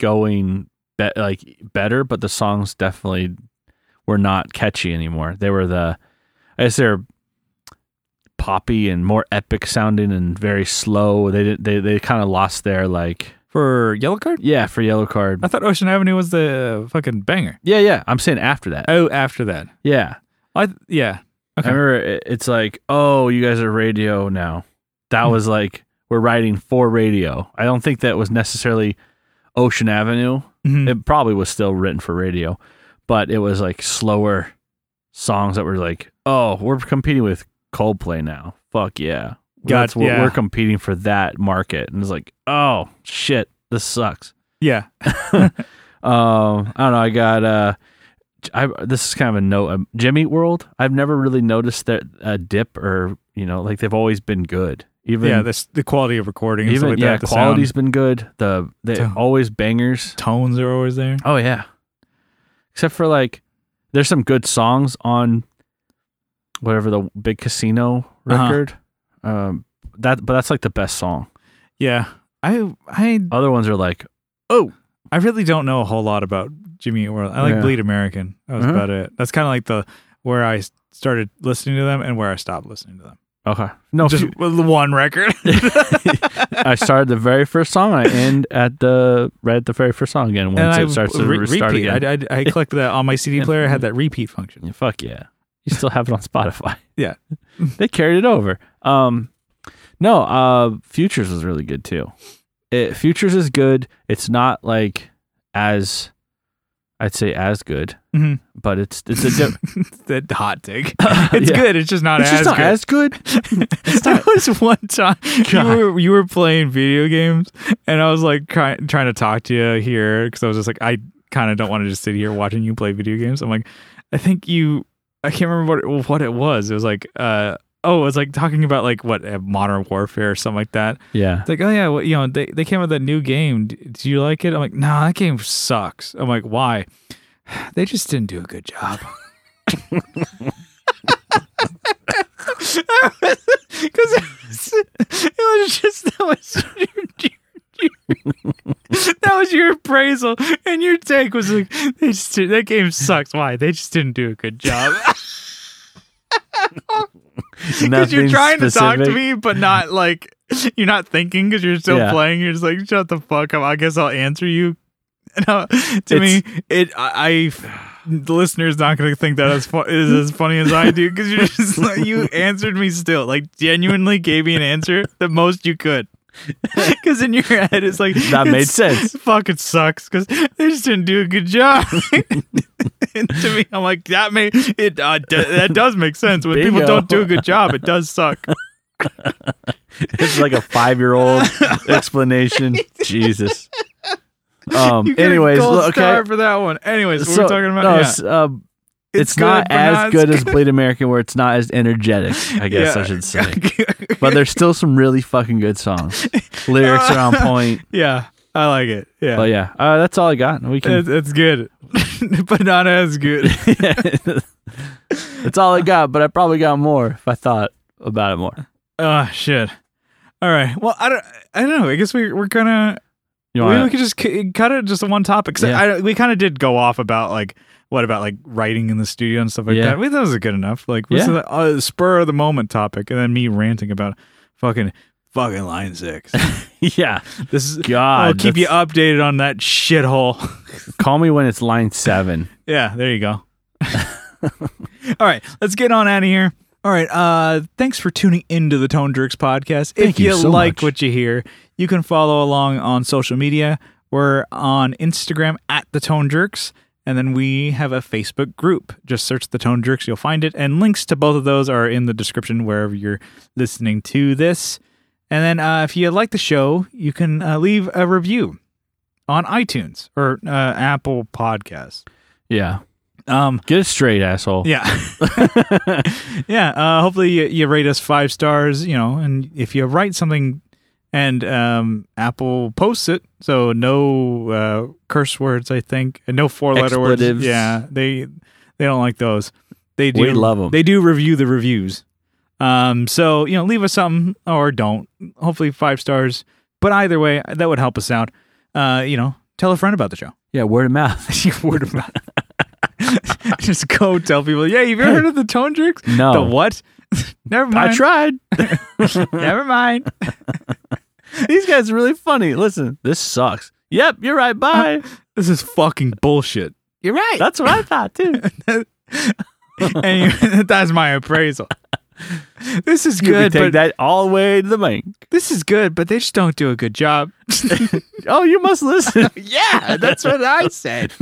going be- like better, but the songs definitely were not catchy anymore. They were the, I guess they're poppy and more epic sounding and very slow. They did, they they kind of lost their like for Yellow Card. yeah for yellow card. I thought Ocean Avenue was the uh, fucking banger. Yeah, yeah. I'm saying after that. Oh, after that, Yeah, I th- yeah, Okay. I remember it, it's like oh you guys are radio Hmm. now. That was like we're writing for radio. I don't think that was necessarily Ocean Avenue. Mhm. It probably was still written for radio, but it was like slower songs that were like, oh, we're competing with Coldplay now. Fuck yeah. Got- That's what yeah. we're competing for that market. And it's like, oh shit, this sucks. yeah. Um, I don't know. I got uh, I this is kind of a note. Um, Jimmy Eat World. I've never really noticed that a dip or you know, like they've always been good. Even yeah, this, the quality of recording and even stuff like yeah, that. The quality's sound, been good. The they Tone. always bangers. tones are always there. Oh yeah, except for like there's some good songs on whatever the big casino Uh-huh. record. Um, that but that's like the best song. Yeah. I I Other ones are like I really don't know a whole lot about Jimmy Eat World. I like Yeah. Bleed American. That was Mhm. about it. That's kind of like the where I started listening to them and where I stopped listening to them. okay, no, Just few- the one record. I started the very first song. and I end at the right at the very first song again. Once I it starts to re- restart repeat. again, I, I, I clicked that on my CD player. it Had that repeat function. Yeah, fuck yeah! You still have it on Spotify. Yeah. they carried it over. Um, no, uh, Futures was really good too. It, Futures is good. It's not like as I'd say as good, Mhm. but it's it's a di- That hot take. It's Yeah. good. It's just not It's as just not good. as good. It's There not. was one time you God. were, you were playing video games, and I was like try, trying to talk to you here because I was just like, I kind of don't want to just sit here watching you play video games. I'm like, I think you, I can't remember what it, what it was. It was like, uh, oh, it was like talking about like what uh, Modern Warfare or something like that. Yeah, It's like, oh yeah, well, you know, they, they came out with that new game. D- Do you like it? I'm like, nah, that game sucks. I'm like, why? They just didn't do a good job. Because it, was- it was just that was your, your- that was your appraisal, and your take was like, they just did, that game sucks. Why? They just didn't do a good job. Because you're Nothing trying to talk to specific. me, but not like you're not thinking because you're still Yeah. playing. You're just like, shut the fuck up. I guess I'll answer you. No, to me, it I, I- the listener's not going to think that as fu- is as funny as I do because you're just like you answered me still like genuinely gave me an answer the most you could. Because in your head, it's like That made it's- sense. Fucking sucks because they just didn't do a good job. and to me, I'm like that. May it uh, d- that does make sense when people Bingo. don't do a good job. It does suck. It's like a five year old explanation. Jesus. Um. You get a Anyways, gold look, okay. star for that one. Anyways, So, we're talking about. no, yeah. it's, uh, It's it's, good, not but as not as good as Bleed American, where it's not as energetic. I guess Yeah. I should say, but there's still some really fucking good songs. Lyrics are on point. yeah, I like it. Yeah, But yeah, uh, that's all I got. We it's, can. it's good, but not as good. that's all I got. But I probably got more if I thought about it more. Oh shit. All right. Well, I don't. I don't know. I guess we we're gonna. You Maybe wanna- we could just c- cut it just to one topic. 'Cause Yeah. I, we kind of did go off about like what about like writing in the studio and stuff like Yeah. that. We thought it was good enough. Like this Yeah. is a, a spur of the moment topic, and then me ranting about fucking fucking line six. yeah. this is. God. I'll keep you that's- updated on that shithole. Call me when it's line seven. Yeah, there you go. All right, let's get on out of here. All right, uh, thanks for tuning into the Tone Jerks podcast. if Thank you, you so like much. what you hear, you can follow along on social media. We're on Instagram at the Tone Jerks, and then we have a Facebook group. Just search the Tone Jerks, you'll find it. And links to both of those are in the description wherever you're listening to this. And then uh, if you like the show, you can uh, leave a review on iTunes or uh, Apple Podcasts. Yeah. Um, Get it straight, asshole. yeah, yeah. Uh, hopefully, you, you rate us five stars. You know, and if you write something, and um, Apple posts it, so no uh, curse words, I think, and no four letter words. Expletives. Yeah, they they don't like those. They do We love 'em. They do review the reviews. Um, so you know, leave us something or don't. Hopefully, five stars. But either way, that would help us out. Uh, you know, tell a friend about the show. Yeah. Word of mouth. You word of mouth. Just go tell people, yeah, you've ever heard of the tone jerks? No. The what? Never mind. I tried. Never mind. These guys are really funny. Listen, this sucks. Yep, you're right. Bye. This is fucking bullshit. You're right. That's what I thought too. and you, that's my appraisal. this is You could good, take but that all the way to the bank. this is good, but they just don't do a good job. Oh, you must listen. yeah, that's what I said.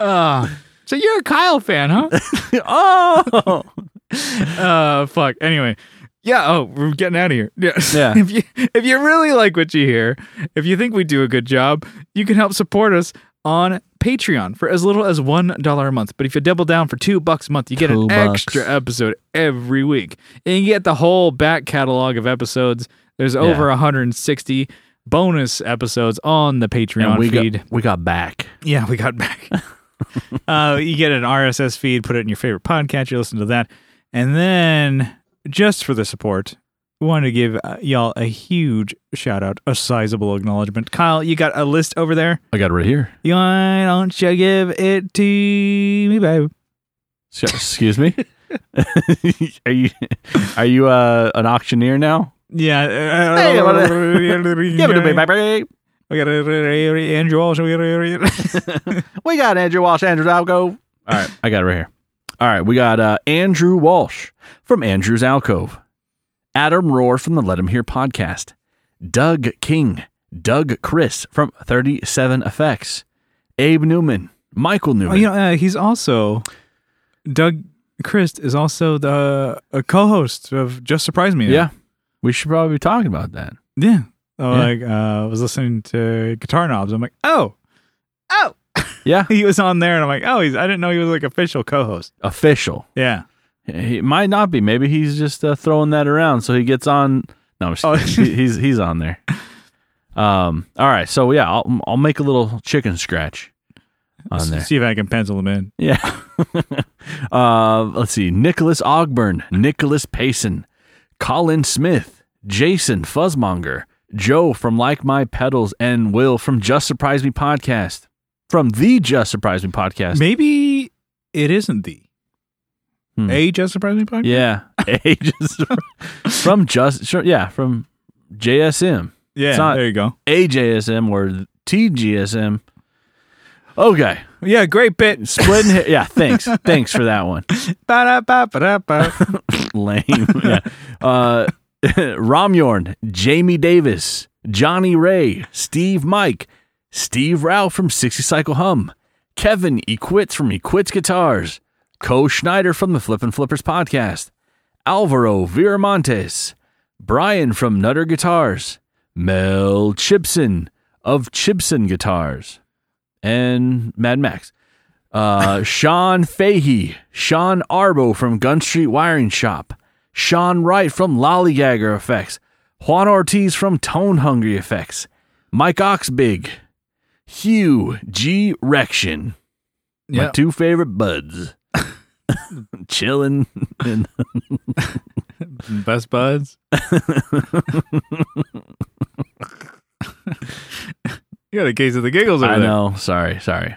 uh, so you're a Kyle fan, huh? oh, uh fuck anyway yeah oh we're getting out of here yeah Yeah. if you if you really like what you hear if you think we do a good job you can help support us on patreon for as little as one dollar a month but if you double down for two bucks a month you get Two an bucks. extra episode every week and you get the whole back catalog of episodes there's over 160 bonus episodes on the patreon and we feed got we got back. yeah, we got back. uh, you get an RSS feed, put it in your favorite podcast, you listen to that. And then, just for the support, we wanted to give uh, y'all a huge shout out, a sizable acknowledgement. Kyle, you got a list over there. I got it right here. Why don't you give it to me, babe? So- Excuse me. are you are you uh, an auctioneer now? Yeah. uh, Hey, what Give it to me, we baby. got a- Andrew Walsh. we got a- We got Andrew Walsh, Andrew Alcove. All right, I got it right here. All right, we got uh, Andrew Walsh from Andrew's Alcove, Adam Rohr from the Let Him Hear podcast, Doug King, Doug Chris from 37 Effects, Abe Newman, Michael Newman. Oh, you know, uh, he's also Doug Christ is also the a co-host of Just Surprise Me. yeah. we should probably be talking about that. yeah. Oh, Yeah. Like uh, I was listening to Guitar Knobs. I'm like, oh, oh, Yeah, he was on there, and I'm like, oh, he's. I didn't know he was like official co-host. official. Yeah. He might not be. Maybe he's just uh, throwing that around so he gets on. No, I'm just Oh. kidding. He- he's he's on there. Um. All right. So yeah, I'll I'll make a little chicken scratch on S- there. See if I can pencil him in. Yeah. uh, let's see. Nicholas Ogburn, Nicholas Payson, Colin Smith, Jason Fuzzmonger, Joe from Like My Pedals, and Will from Just Surprise Me podcast. From the Just Surprise Me podcast. Maybe it isn't the Hmm. a Just Surprise Me podcast. Yeah. Ages from just sure, yeah, from JSM. Yeah. It's not- there you go. AJSM or TGSM. Okay. Yeah. Great bit. Splitting hair. Yeah, thanks. thanks for that one. Ba-da-ba-ba-da-ba. Lame. Yeah. Uh Romyorn, Jamie Davis, Johnny Ray, Steve Mike, Steve Rao from 60 Cycle Hum, Kevin Equits from Equits Guitars, Co Schneider from the Flippin' Flippers podcast, Alvaro Viramontes, Brian from Nutter Guitars, Mel Chipson of Chipson Guitars, and Mad Max. Uh, Sean Fahey, Sean Arbo from Gun Street Wiring Shop, Sean Wright from Lollygagger Effects, Juan Ortiz from Tone Hungry Effects, Mike Oxbig, Hugh G. Rection, my Yeah. two favorite buds, chilling in Best buds. you got a case of the giggles over I there. know. Sorry, sorry.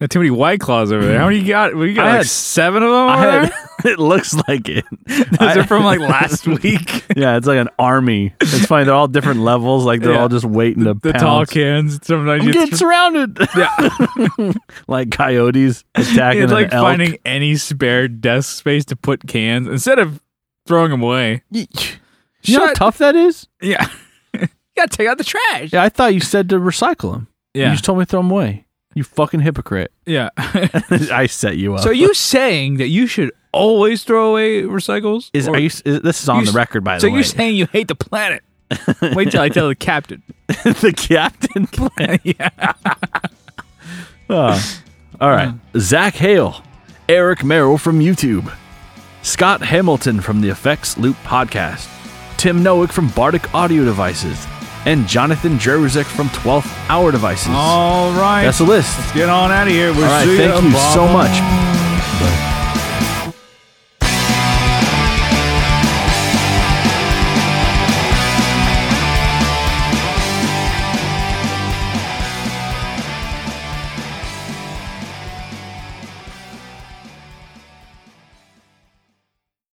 Got too many white claws over there. How many you got? We got I like had- seven of them over I had- there. it looks like it. Those I- are from like last week. yeah, it's like an army. It's funny. They're all different levels. Like they're Yeah. all just waiting to The pounce. tall cans. Sometimes I'm you getting surrounded. like coyotes attacking it's an like elk. finding any spare desk space to put cans instead of throwing them away. You know how Shut- tough that is? Yeah. you gotta take out the trash. Yeah, I thought you said to recycle them. You Yeah. just told me to throw them away. You fucking hypocrite. yeah. I set you up. so are you saying that you should always throw away recycles? is, Or- are you, is, this is on You the s- record, by So the way. you're saying you hate the planet? Wait till I tell the captain. the captain plan? Oh. All right. Uh. Zach Hale, Eric Merrill from YouTube, Scott Hamilton from the Effects Loop podcast, Tim Nowick from Bardic Audio Devices, and Jonathan Jerzek from 12th Hour Devices. All right. That's the list. Get on out of here. We'll All right. see Thank ya. you so Bye. much.